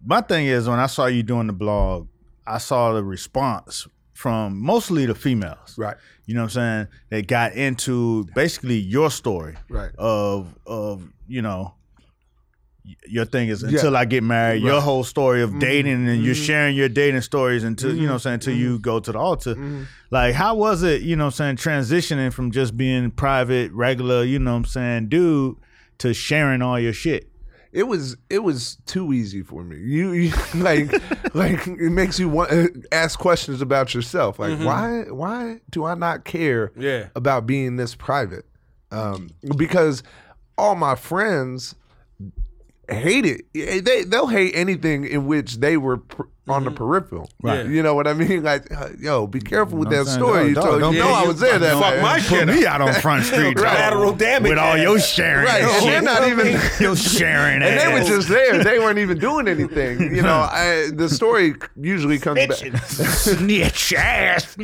S4: my thing is when I saw you doing the blog, I saw the response from mostly the females.
S5: Right.
S4: You know what I'm saying? They got into basically your story.
S5: Right.
S4: Of of you know. y- Your thing is until I get married. Your whole story of dating and you're sharing your dating stories until you know what I'm saying until you go to the altar. Like how was it, you know what I'm saying, transitioning from just being private, regular, you know what I'm saying, dude to sharing all your shit?
S5: It was it was too easy for me. You, you like like it makes you want uh, ask questions about yourself.
S4: Mm-hmm.
S5: Like why why do I not care
S3: Yeah.
S5: about being this private? Um, because all my friends hate it. Eh, They they'll hate anything in which they were pr- on
S4: Mm-hmm.
S5: the peripheral.
S3: Right.
S5: You know what I mean? Like uh, yo, be careful with
S4: You know what
S5: that
S4: I'm saying?
S5: story you
S4: Dog,
S5: told.
S4: dog,
S5: you
S4: don't-
S5: know I was there that
S4: Fuck
S5: night.
S4: my shit. Put me out on front street. dog,
S7: Collateral damage
S4: With all
S7: ass.
S4: your sharing.
S5: Right.
S4: shit.
S5: And they're not even
S4: your sharing.
S5: and they were
S4: ass.
S5: just there. They weren't even doing anything. You know, I, the story usually comes back.
S4: snitch ass.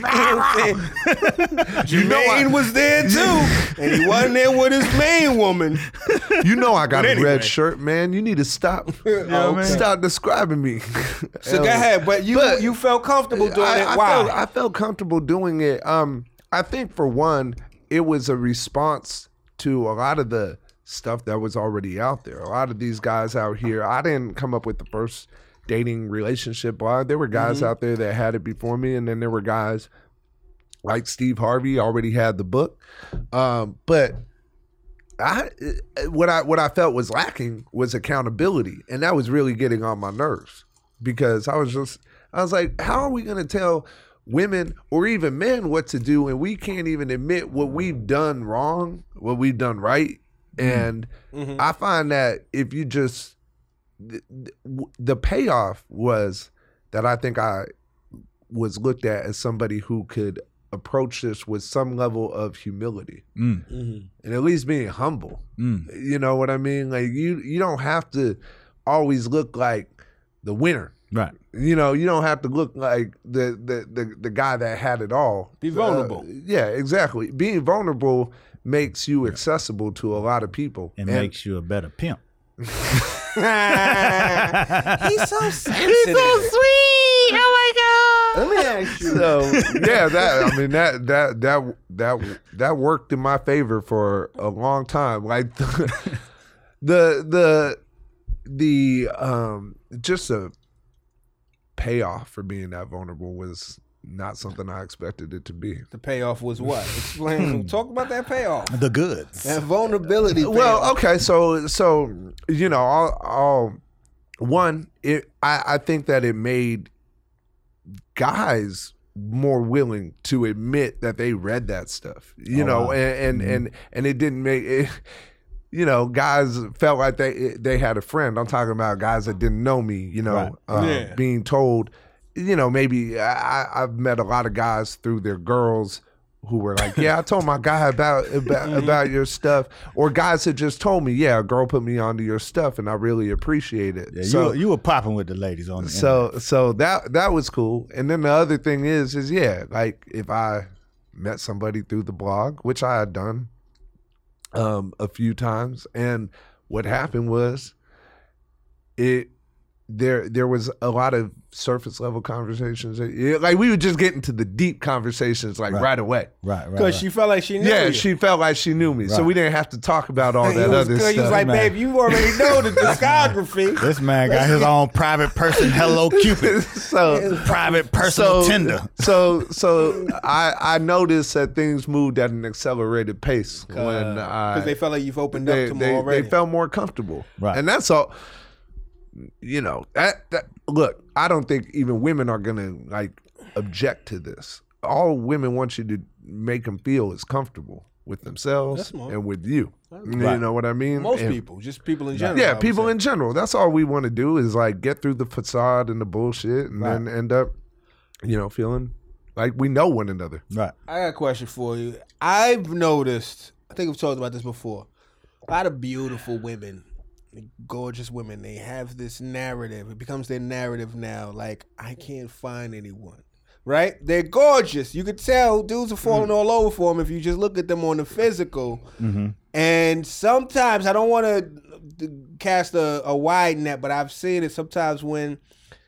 S5: You know,
S7: Maine
S5: I,
S7: was there too, and he wasn't there with his main woman.
S5: you know, I got
S7: But
S5: a
S7: anyway.
S5: red shirt, man. You need to stop.
S4: know, man.
S5: Stop describing me.
S7: So go ahead, but you
S5: But-
S7: you felt comfortable doing
S5: I,
S7: it.
S5: I
S7: Why?
S5: Felt, I felt comfortable doing it. Um, I think for one, it was a response to a lot of the stuff that was already out there. A lot of these guys out here, I didn't come up with the first dating relationship blog. There were guys
S7: Mm-hmm.
S5: out there that had it before me, and then there were guys like Steve Harvey already had the book. Um, but I uh, what I what I felt was lacking was accountability, and that was really getting on my nerves because I was just I was like, how are we going to tell women or even men what to do, and we can't even admit what we've done wrong, what we've done right, and
S3: Mm-hmm.
S5: I find that if you just the, the payoff was that I think I was looked at as somebody who could approach this with some level of humility
S4: Mm,
S3: Mm-hmm.
S5: and at least being humble. You know what I mean? Like you you don't have to always look like the winner.
S4: Right.
S5: you know, you don't have to look like the the the, the guy that had it all.
S3: Be vulnerable.
S5: Uh, yeah, exactly. Being vulnerable makes you accessible to a lot of people.
S4: It makes you a better pimp.
S3: He's so sensitive. He's so sweet. Oh my god. Let me ask you.
S5: so yeah, that I mean that that that that that worked in my favor for a long time. Like the the the, the um just a payoff for being that vulnerable was not something I expected it to be.
S3: The payoff was what?
S5: Hmm.
S3: Explain. talk about that payoff. oh,
S8: The goods.
S3: That vulnerability.
S5: Well,
S3: payoff.
S5: okay, so so you know, I'll, I'll one, it I, I think that it made guys more willing to admit that they read that stuff, you know, and and, and and it didn't make it. You know, guys felt like they they had a friend. I'm talking about guys that didn't know me. You know, uh,
S3: Yeah.
S5: being told, you know, maybe I, I- I've met a lot of guys through their girls who were like, "Yeah, I told my guy about about,
S4: Mm-hmm.
S5: about your stuff," or guys that just told me, "Yeah, a girl put me onto your stuff, and I really appreciate it."
S4: Yeah, you
S5: so
S4: were, you were popping with the ladies on the internet.
S5: so so that that was cool. And then the other thing is is yeah, like if I met somebody through the blog, which I had done um a few times, and what happened was it there there was a lot of surface level conversations. It- like we would just get into the deep conversations like right, away.
S4: right, right.
S3: because
S4: right.
S3: she felt like she knew.
S5: Yeah,
S3: you.
S5: she felt like she knew me, so
S4: Right.
S5: we didn't have to talk about all
S3: He
S5: that
S3: was,
S5: other
S3: he was
S5: stuff.
S3: like, babe, you already know the discography.
S4: this man got his own private person, Hello Cupid, Uh,
S5: so
S4: private personal Tinder.
S5: So so I I noticed that things moved at an accelerated pace when I
S3: Because Uh, they felt like you've opened
S5: they,
S3: up to
S5: they-
S3: more already.
S5: they felt more comfortable.
S4: Right.
S5: And that's all you know, that, that look, I don't think even women are gonna like object to this. All women want you to make them feel is comfortable with themselves
S3: smart.
S5: and with you. You
S4: Right.
S5: know what I mean?
S3: Most
S5: And-
S3: people, just people in general. I
S5: yeah,
S3: would
S5: people
S3: say.
S5: in general. That's all we want to do is like get through the facade and the bullshit and then end up, you know, feeling like we know one another.
S4: Right.
S3: I got a question for you. I've noticed, I think we've talked about this before, a lot of beautiful women, gorgeous women, they have this narrative. It becomes their narrative now. Like, I can't find anyone. Right? They're gorgeous. You could tell dudes are falling all over for them if you just look at them on the physical. And sometimes, I don't want to cast a, a wide net, but I've seen it sometimes when,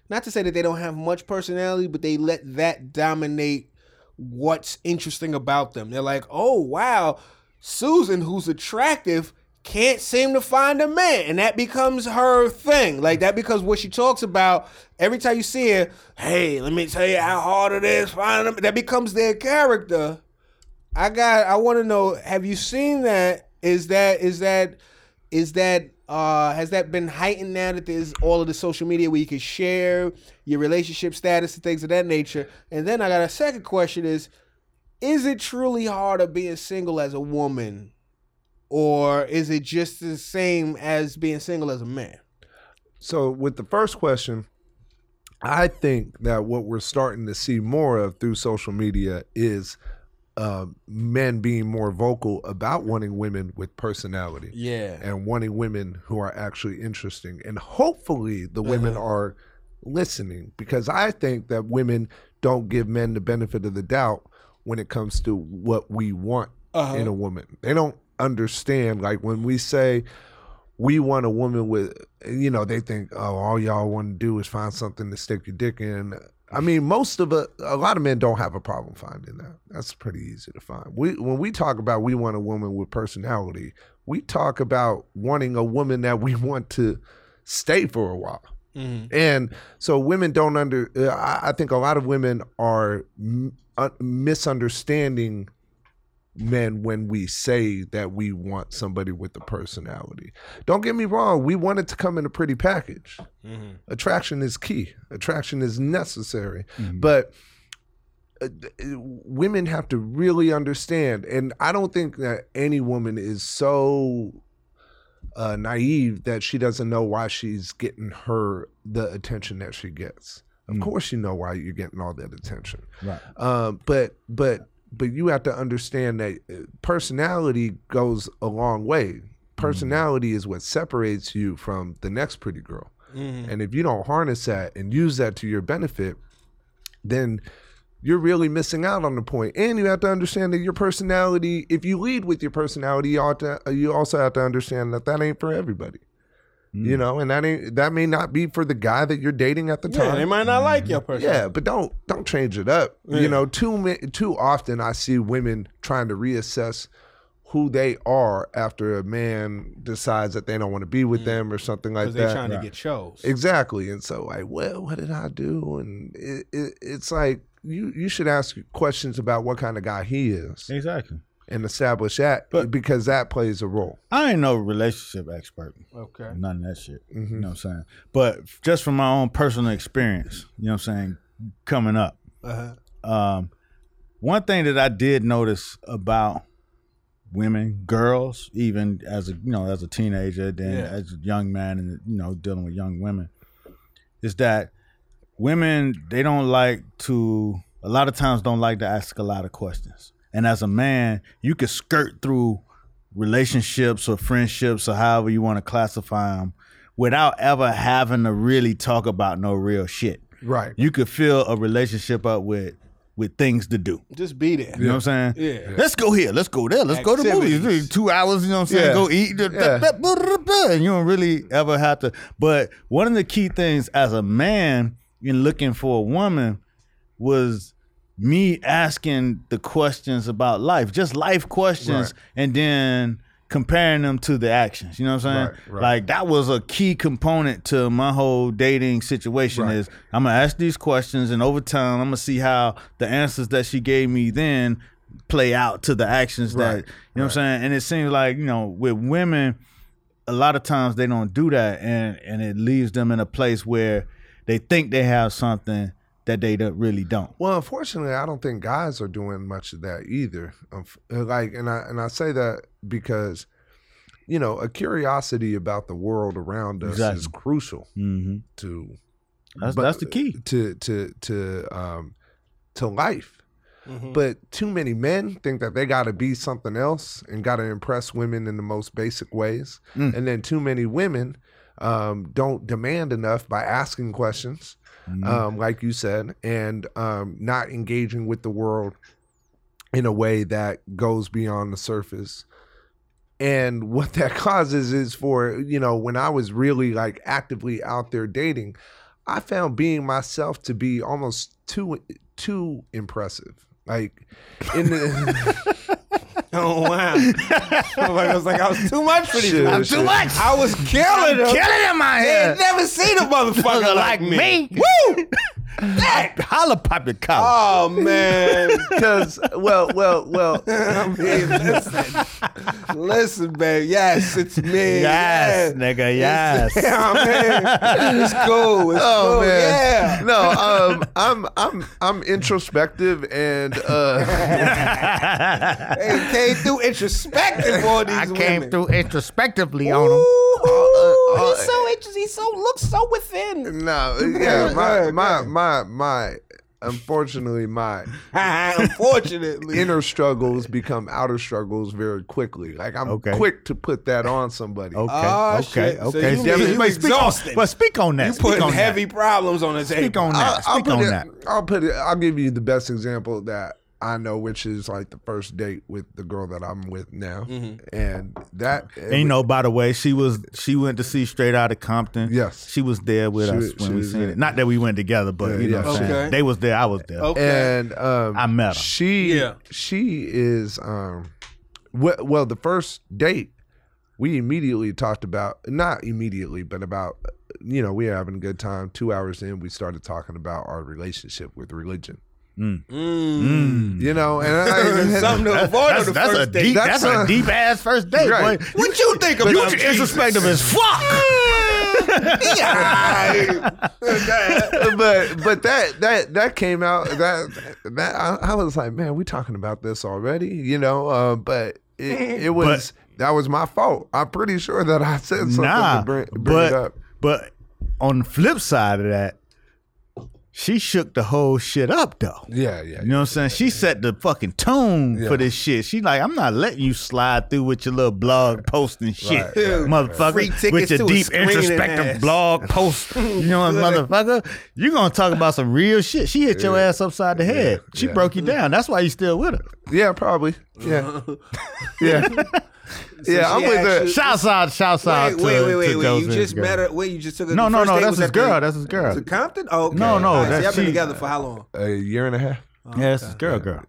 S3: not to say that they don't have much personality, but they let that dominate what's interesting about them. They're like, oh wow, Susan, who's attractive, can't seem to find a man, and that becomes her thing. Like that becomes what she talks about every time you see her. Hey, let me tell you how hard it is finding them. That becomes their character. I got. I want to know. Have you seen that? Is that is that is that uh has that been heightened now that there's all of the social media where you can share your relationship status and things of that nature? And then I got a second question: Is is it truly harder being single as a woman, or is it just the same as being single as a man?
S5: So with the first question, I think that what we're starting to see more of through social media is uh, men being more vocal about wanting women with personality.
S3: Yeah.
S5: and wanting women who are actually interesting. And hopefully the women are listening because I think that women don't give men the benefit of the doubt when it comes to what we want
S3: Uh-huh.
S5: in a woman. They don't understand like when we say we want a woman with you know they think oh all y'all want to do is find something to stick your dick in. I mean most of a, a lot of men don't have a problem finding that. That's pretty easy to find. We when we talk about we want a woman with personality, we talk about wanting a woman that we want to stay for a while. And so women don't under. Uh, I, I think a lot of women are m- uh, misunderstanding men when we say that we want somebody with a personality. Don't get me wrong. We want it to come in a pretty package. Attraction is key. Attraction is necessary. But uh, th- uh, women have to really understand, and I don't think that any woman is so uh, naive that she doesn't know why she's getting her the attention that she gets. Of course, you know why you're getting all that attention.
S4: Right.
S5: Um, but but but you have to understand that uh, personality goes a long way. Personality is what separates you from the next pretty girl. And if you don't harness that and use that to your benefit, then you're really missing out on the point. And you have to understand that your personality, if you lead with your personality, you ought to uh, you also have to understand that that ain't for everybody. You know, and that ain't that may not be for the guy that you're dating at the
S3: Yeah,
S5: time. Mm-hmm.
S3: they might not like your person.
S5: Yeah, but don't don't change it up. You know, too ma- too often I see women trying to reassess who they are after a man decides that they don't want to be with them or something like
S3: because they're
S5: that.
S3: Mm. trying to get shows.
S5: exactly, and so like, well, what did I do? And it, it, it's like you you should ask questions about what kind of guy he is
S4: Exactly.
S5: and establish that
S4: But-
S5: because that plays a role.
S4: I ain't no relationship expert.
S3: Okay.
S4: None of that shit.
S5: Hmm. Mm-hmm.
S4: You know what I'm saying? But just from my own personal experience, you know what I'm saying, coming up.
S3: Uh-huh.
S4: Um, one thing that I did notice about women, girls, even as a you know, as a teenager, then
S3: Yeah.
S4: as a young man and you know, dealing with young women, is that women they don't like to a lot of times don't like to ask a lot of questions. And as a man, you could skirt through relationships or friendships or however you want to classify them without ever having to really talk about no real shit.
S5: Right.
S4: You could fill a relationship up with with things to do.
S3: Just be there.
S4: You know what I'm saying?
S3: Yeah.
S4: Let's go here. Let's go there. Let's go to the movies.
S3: Activities.
S4: Two hours, you know what I'm saying?
S5: Yeah.
S4: Go eat. da- da-
S5: Yeah.
S4: da- blah, blah, blah, And you don't really ever have to. But one of the key things as a man in looking for a woman was me asking the questions about life, just life questions,
S5: Right.
S4: and then comparing them to the actions. You know what I'm saying?
S5: Right, right.
S4: Like that was a key component to my whole dating situation
S5: Right.
S4: is I'm gonna ask these questions and over time I'm gonna see how the answers that she gave me then play out to the actions that you
S5: Right,
S4: know what I'm saying? And it seems like, you know, with women, a lot of times they don't do that and and it leaves them in a place where they think they have something that they don't, really don't.
S5: Well, unfortunately, I don't think guys are doing much of that either. Unf- uh, Like, and I and I say that because, you know, a curiosity about the world around us is
S4: Exactly.
S5: crucial
S4: Mm-hmm.
S5: to
S4: That's
S5: But-
S4: that's the key.
S5: to to to um to life.
S3: Mhm.
S5: But too many men think that they got to be something else and got to impress women in the most basic ways,
S4: Mm.
S5: and then too many women um, don't demand enough by asking questions, um, like you said, and um, not engaging with the world in a way that goes beyond the surface. And what that causes is for, you know, when I was really like actively out there dating, I found being myself to be almost too too impressive. Like in the
S3: Oh wow! I was like, I was too much for these.
S5: Shit,
S3: I'm
S5: shit.
S3: I was killing them.
S4: Killing in my
S3: They ain't never seen a motherfucker like me.
S4: Woo! that holla pop your collar.
S3: Oh man!
S5: because well, well, well,
S3: I mean, listen, listen, babe. Yes, it's me.
S4: yes,
S3: Yeah.
S4: nigga, yes.
S3: Yeah, man. It's cool. It's
S5: Oh
S3: cool. Yeah.
S5: man. No, um I'm I'm I'm introspective and uh
S3: They came through introspective on these
S4: I came
S3: women.
S4: through introspectively on him.
S3: Ooh,
S5: Uh, uh,
S3: he's so interesting. He so looks so within.
S5: no, yeah, my
S3: Okay.
S5: my my my unfortunately my
S3: Unfortunately,
S5: inner struggles become outer struggles very quickly. Like I'm
S4: Okay.
S5: quick to put that on somebody.
S4: Okay,
S3: Oh,
S4: okay,
S3: shit. So
S4: okay.
S3: you
S4: Yeah,
S3: mean
S4: but- but
S3: you
S4: speak on,
S3: exhausted.
S4: but speak on that.
S3: you
S4: speak
S3: putting
S4: on
S3: heavy
S4: that.
S3: problems on his
S4: Speak on
S5: I'll,
S4: that.
S5: I'll
S4: Speak
S5: put
S4: on
S5: it,
S4: that.
S5: I'll put it. I'll give you the best example that I know, which is like the first date with the girl that I'm with now,
S3: Mm-hmm.
S5: and that
S4: And you know, by the way, she was she went to see Straight Outta Compton.
S5: Yes.
S4: she was there with us
S5: She was-
S4: when
S5: she
S4: we
S5: was
S4: seen
S5: there.
S4: it. Not that we went together, but
S5: Yeah,
S4: you know,
S5: yeah.
S4: what I'm saying?
S3: Okay.
S4: they was there. I was there.
S3: Okay.
S5: and um,
S4: I met her.
S5: She
S3: Yeah.
S5: she is um, well, well the first date we immediately talked about not immediately, but about you know we were having a good time. Two hours in, we started talking about our relationship with religion.
S4: Mm.
S5: You know, and I,
S3: Mm. Something to avoid
S4: That's,
S3: on the
S4: that's
S3: first
S4: a
S3: date.
S4: deep. That's,
S5: That's
S4: a,
S5: a-
S4: deep ass first date.
S5: Right.
S4: Boy.
S3: What you think about
S4: You
S3: Jesus?
S4: introspective as fuck.
S3: Yeah.
S5: but but that that that came out that that I, I was like, man, we talking about this already, you know. Uh, but it, it was that was my fault. I'm pretty sure that I said something
S4: nah,
S5: to bring, bring
S4: but
S5: it up.
S4: but on the flip side of that, She shook the whole shit up though.
S5: Yeah, yeah.
S4: You know what I'm saying? She set the fucking tone for this shit. She like, I'm not letting you slide through with your little blog posting shit,
S5: right,
S3: Free
S4: motherfucker.
S3: tickets
S4: With
S3: to
S4: your
S3: a
S4: deep
S3: screening ass.
S4: introspective blog post, you know, what, motherfucker. You gonna talk about some real shit? She hit your ass upside the head. She
S5: yeah.
S4: broke you down. That's why you still with her.
S5: Yeah, probably. Yeah. yeah. yeah, I'm
S3: she
S5: with
S3: asked
S5: that.
S3: you-
S4: Shouts out, shouts out.
S3: Wait, wait,
S4: to-
S3: wait,
S4: to
S3: wait, wait!
S4: those
S3: You
S4: niggas,
S3: just
S4: girl.
S3: met her. Wait, you just took her.
S4: No,
S3: the
S4: no,
S3: first
S4: no.
S3: date
S4: That's
S3: was
S4: his
S3: at the-
S4: girl. That's his girl.
S3: To Compton? Oh, okay.
S4: No, no,
S3: All right, so
S4: that's-
S3: y'all been
S4: she-
S3: together for how long?
S5: A year and a half.
S4: Yeah, that's his girl, girl.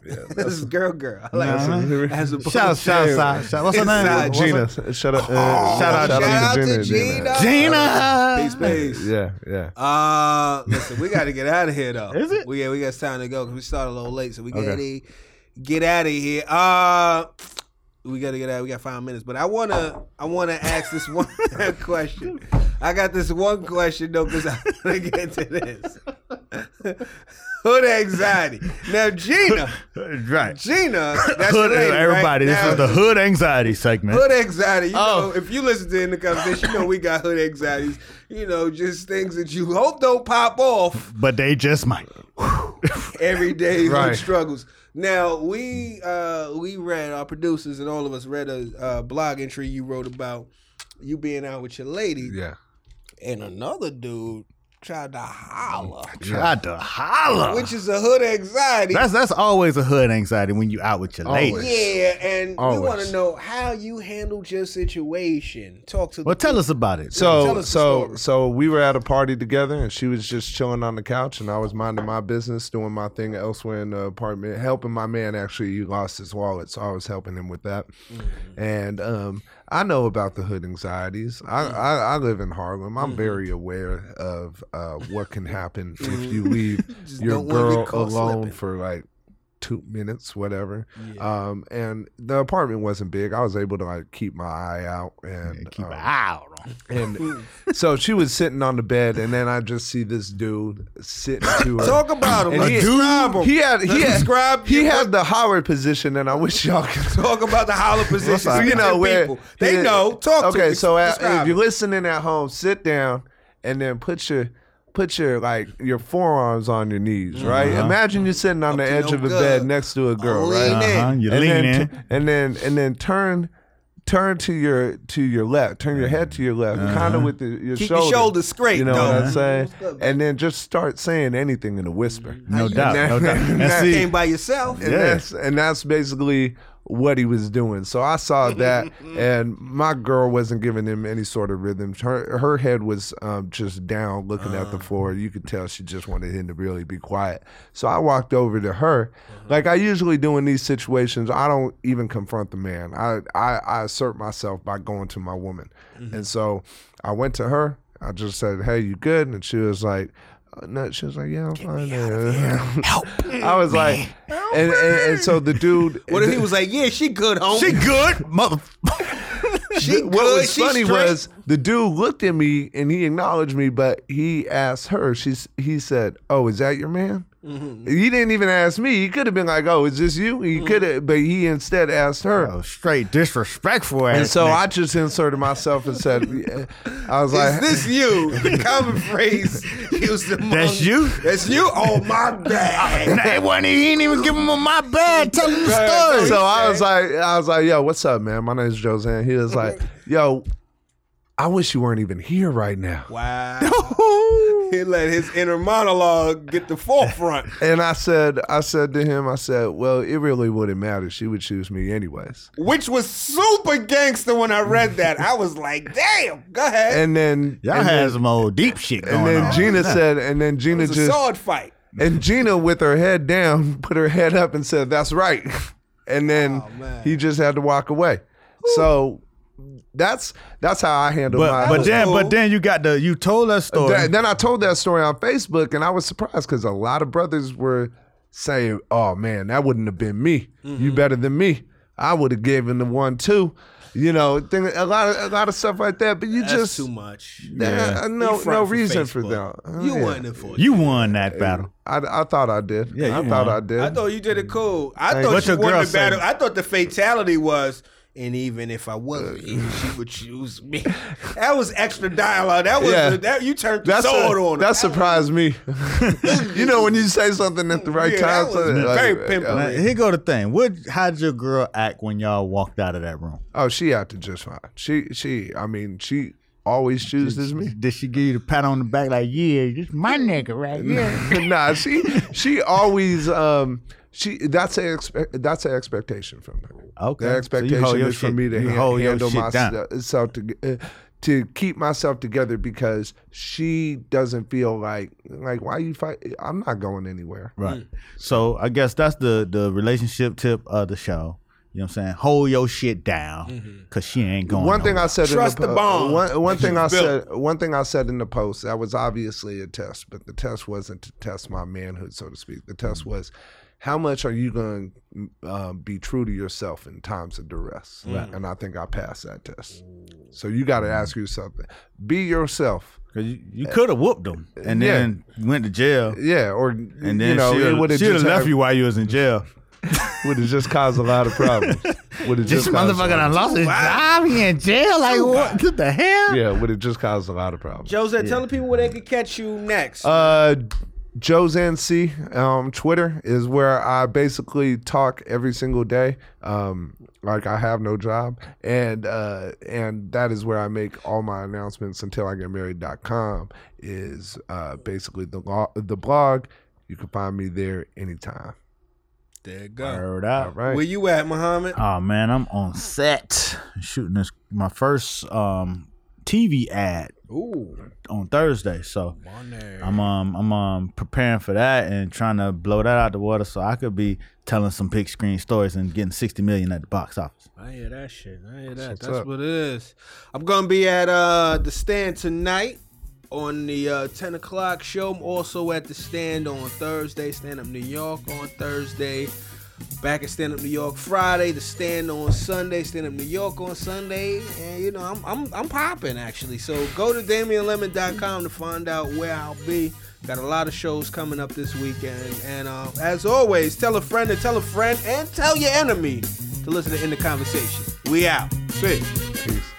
S3: this is girl, girl. I like
S4: Nah.
S3: as opposed
S4: Shout,
S3: to-
S4: shout, shout, shout. What's her name?
S3: Inside
S4: What's her-
S5: Gina. Shout out. Uh,
S4: shout out
S3: Oh, Shout out
S5: Gina,
S3: to
S5: Gina,
S3: Gina. Peace,
S4: Gina.
S3: peace.
S5: Yeah, yeah.
S3: Uh, listen, we got to get out of here though.
S4: Is it?
S3: We, yeah, we got time to go because we started a little late, so we got to get out of here. Uh, we got to get out. We got five minutes, but I wanna, I wanna ask this one question. I got this one question though because I wanna get to this. Hood anxiety. Now, Gina,
S4: Right.
S3: Gina, that's
S4: Hood,
S3: the lady, right?
S4: everybody, this
S3: Now,
S4: is the hood anxiety segment.
S3: Hood anxiety. You
S4: Oh.
S3: know, if you listen to in the conversation, you know we got hood anxieties. You know, just things that you hope don't pop off
S4: But they just might.
S3: every day hood
S5: Right.
S3: struggles. Now we uh we read our producers and all of us read a uh, blog entry you wrote about you being out with your lady
S5: Yeah.
S3: and another dude tried to holler,
S4: Tried to
S5: Mm.
S4: holler.
S3: which is a hood anxiety.
S4: that's that's always a hood anxiety when you out with your
S5: Always.
S4: lady.
S3: yeah, and we
S5: Always.
S3: want to know how you handled your situation. Talk to
S4: Well,
S3: the
S4: tell us about
S3: Tell
S4: it.
S5: So
S3: us the
S5: so
S3: story.
S5: so we were at a party together, and she was just chilling on the couch, and I was minding my business, doing my thing elsewhere in the apartment, helping my man. Actually, he lost his wallet, so I was helping him with that.
S3: Mm-hmm.
S5: And um, I know about the hood anxieties. I
S3: Mm-hmm.
S5: I, I live in Harlem. I'm very aware of uh, what can happen if you leave your
S3: Mm-hmm. don't wanna be
S5: girl
S3: caught
S5: alone
S3: slipping.
S5: for like two minutes, whatever. Um, and the apartment wasn't big. I was able to like keep my eye out and
S4: Keep
S5: um,
S4: an eye out on.
S5: and so she was sitting on the bed, and then I just see this dude sitting to her.
S3: Talk about him.
S5: And he-
S3: Describe him.
S5: He had he had,
S3: Describe
S5: he
S3: your-
S5: had the Howard position, and I wish y'all could
S3: Talk about the holler positions.
S5: Well,
S3: you know where people. they
S5: yeah.
S3: know. Talk
S5: okay,
S3: to.
S5: Okay, so at,
S3: describe
S5: if you're listening at home, sit down and then put your put your like your forearms on your knees, right? Imagine you're sitting on the
S3: Mm-hmm. to
S5: edge
S3: your
S5: of a
S3: gut.
S5: bed next to a girl,
S3: Lean
S5: right?
S3: in.
S4: Uh-huh. You
S5: and
S4: lean
S5: then,
S4: in.
S5: and then and then turn turn to your to your left, turn your head to your left, kind of with the, your
S3: Mm-hmm. Keep your
S5: shoulder.
S3: shoulders straight,
S5: You know
S3: though.
S5: what I'm saying? And then just start saying anything in a whisper.
S4: No doubt.
S5: that-
S4: No doubt.
S5: and
S4: And
S5: that-
S4: see,
S3: came by yourself.
S5: and that's and that's basically what he was doing. So I saw that, and my girl wasn't giving him any sort of rhythm. Her her head was um, just down, looking at the floor. You could tell she just wanted him to really be quiet. So I walked over to her, like I usually do in these situations. I don't even confront the man. I I, I assert myself by going to my woman, and so I went to her. I just said, "Hey, you good?" And she was like. uh, No, she was like, "Yeah, I'm fine." Help! I was like, and, and, and so the dude.
S3: What if he was like, "Yeah, she good, homie.
S4: she good, mother.
S3: She good.
S5: what was
S3: she
S5: funny
S3: straight."
S5: was the dude looked at me and he acknowledged me, but he asked her. She's he said, "Oh, is that your man?"
S3: Mm-hmm.
S5: He didn't even ask me. He could have been like, "Oh, is this you?" He could have, but he instead asked her.
S4: Oh, straight disrespectful ass.
S5: and so
S4: nigga.
S5: I just inserted myself and said, yeah. "I was
S3: Is
S5: like,
S3: this you? The common phrase used among,
S5: um,
S4: That's you?
S3: That's you. Oh my god.
S4: Nah, it wasn't- he didn't even give him my bad. Tell him the story.
S5: So I was like, I was like, yo, what's up, man? My name's Josanne. He was like, yo, I wish you weren't even here right now.
S3: Wow. he let his inner monologue get the forefront.
S5: And I said, I said to him, I said, well, it really wouldn't matter. She would choose me anyways.
S3: Which was super gangster when I read that. I was like, damn, go ahead.
S5: And then
S4: Y'all
S5: and
S4: had
S5: then,
S4: some old deep shit going
S5: and then
S4: on.
S5: Gina said, and then Gina
S3: it was a
S5: just
S3: sword fight.
S5: and Gina with her head down put her head up and said, "That's right." And then
S3: man.
S5: he just had to walk away. So that's that's how I handle
S4: but
S5: my.
S4: but then
S3: cool.
S4: but then you got the you told that story.
S5: Th- then I told that story on Facebook, and I was surprised because a lot of brothers were saying, "Oh man, that wouldn't have been me.
S3: Mm-hmm.
S5: You better than me. I would have given the one two. You know, thing, a lot of a lot of stuff like that. But you just
S3: much.
S5: that-
S3: You
S5: no
S3: front for
S5: no reason for them.
S3: Facebook.
S5: Uh,
S3: You
S5: yeah.
S3: weren't in for it.
S4: you won that battle.
S5: I, I thought I did.
S4: Yeah,
S5: I
S4: you
S5: thought
S4: won.
S5: I did.
S3: I thought you did it cool. I
S5: Thank you.
S3: thought
S4: What's
S3: you
S4: your
S3: won
S4: girl
S3: the battle.
S4: saying?
S3: I thought the fatality was And even if I wasn't, even she would choose me. That was extra dialogue. That was
S5: Yeah.
S3: that you turned the
S5: That's
S3: sword on. her.
S5: that surprised me. you know when you say something at the right
S3: Yeah, that
S5: time.
S3: was
S5: something like-
S3: very pimple.
S4: Now, here go the thing. What? How'd your girl act when y'all walked out of that room?
S5: Oh, she out to just fine. She she. I mean, she always chooses me.
S4: Did she give you the pat on the back like, yeah, this my nigga right here?
S5: nah, she she always um she that's a expe- that's an expectation from her.
S4: Okay. So
S5: the
S4: you
S5: expectation
S4: hold your
S5: is for
S4: shit-
S5: me to
S4: you
S5: hand-
S4: hold your
S5: handle
S4: shit down.
S5: myself to uh, to keep myself together because she doesn't feel like like why you fight? I'm not going anywhere.
S4: Right. Mm. So I guess that's the the relationship tip of the show. You know what I'm saying? Hold your shit down, cause she ain't going.
S5: One thing I said
S3: Trust
S5: in the,
S3: the
S5: po-
S3: bond
S5: One, one
S3: that
S5: thing
S3: you
S5: I
S3: built.
S5: said. One thing I said in the post that was obviously a test, but the test wasn't to test my manhood, so to speak. The test
S4: Mm.
S5: was, how much are you going to um, be true to yourself in times of duress?
S4: Mm.
S5: And I think I passed that test. So you got to ask yourself, be yourself.
S4: Cause you, you could have whooped him and
S5: Yeah.
S4: then went to jail,
S5: Yeah, or
S4: and then
S5: you know, it would
S4: she
S5: have
S4: would have
S5: just
S4: left you while you was in jail.
S5: Would have just caused a lot of problems. Would have just caused a lot of-
S4: lost his job. He in jail. Like what? What the hell?
S5: Yeah, would have just caused a lot of problems.
S3: Josette, tell the people where they could catch you next.
S5: Uh, Joe C um, Twitter is where I basically talk every single day. Um, like I have no job, and uh, and that is where I make all my announcements. Until I get married.com is uh, basically the lo- the blog. You can find me there anytime.
S3: there you go.
S4: Word
S5: All
S4: up.
S5: right.
S3: Where you at, Muhammad?
S4: Oh man, I'm on set shooting this my first um TV ad
S3: Ooh,
S4: on Thursday. So
S3: on there.
S4: I'm um I'm um preparing for that and trying to blow that out the water so I could be telling some big screen stories and getting 60 million at the box office.
S3: I hear that shit. I hear that.
S5: what's
S3: That's
S5: up.
S3: what it is. I'm gonna be at uh the stand tonight on the uh, 10 o'clock show. I'm also at the stand on Thursday. Stand up New York on Thursday. Back at Stand Up New York Friday, the stand on Sunday, Stand Up New York on Sunday, and you know I'm I'm, I'm popping actually. So go to DamianLemon.com to find out where I'll be. Got a lot of shows coming up this weekend, and uh, as always, tell a friend to tell a friend and tell your enemy to listen to In the Conversation. We out. Peace.
S5: Peace.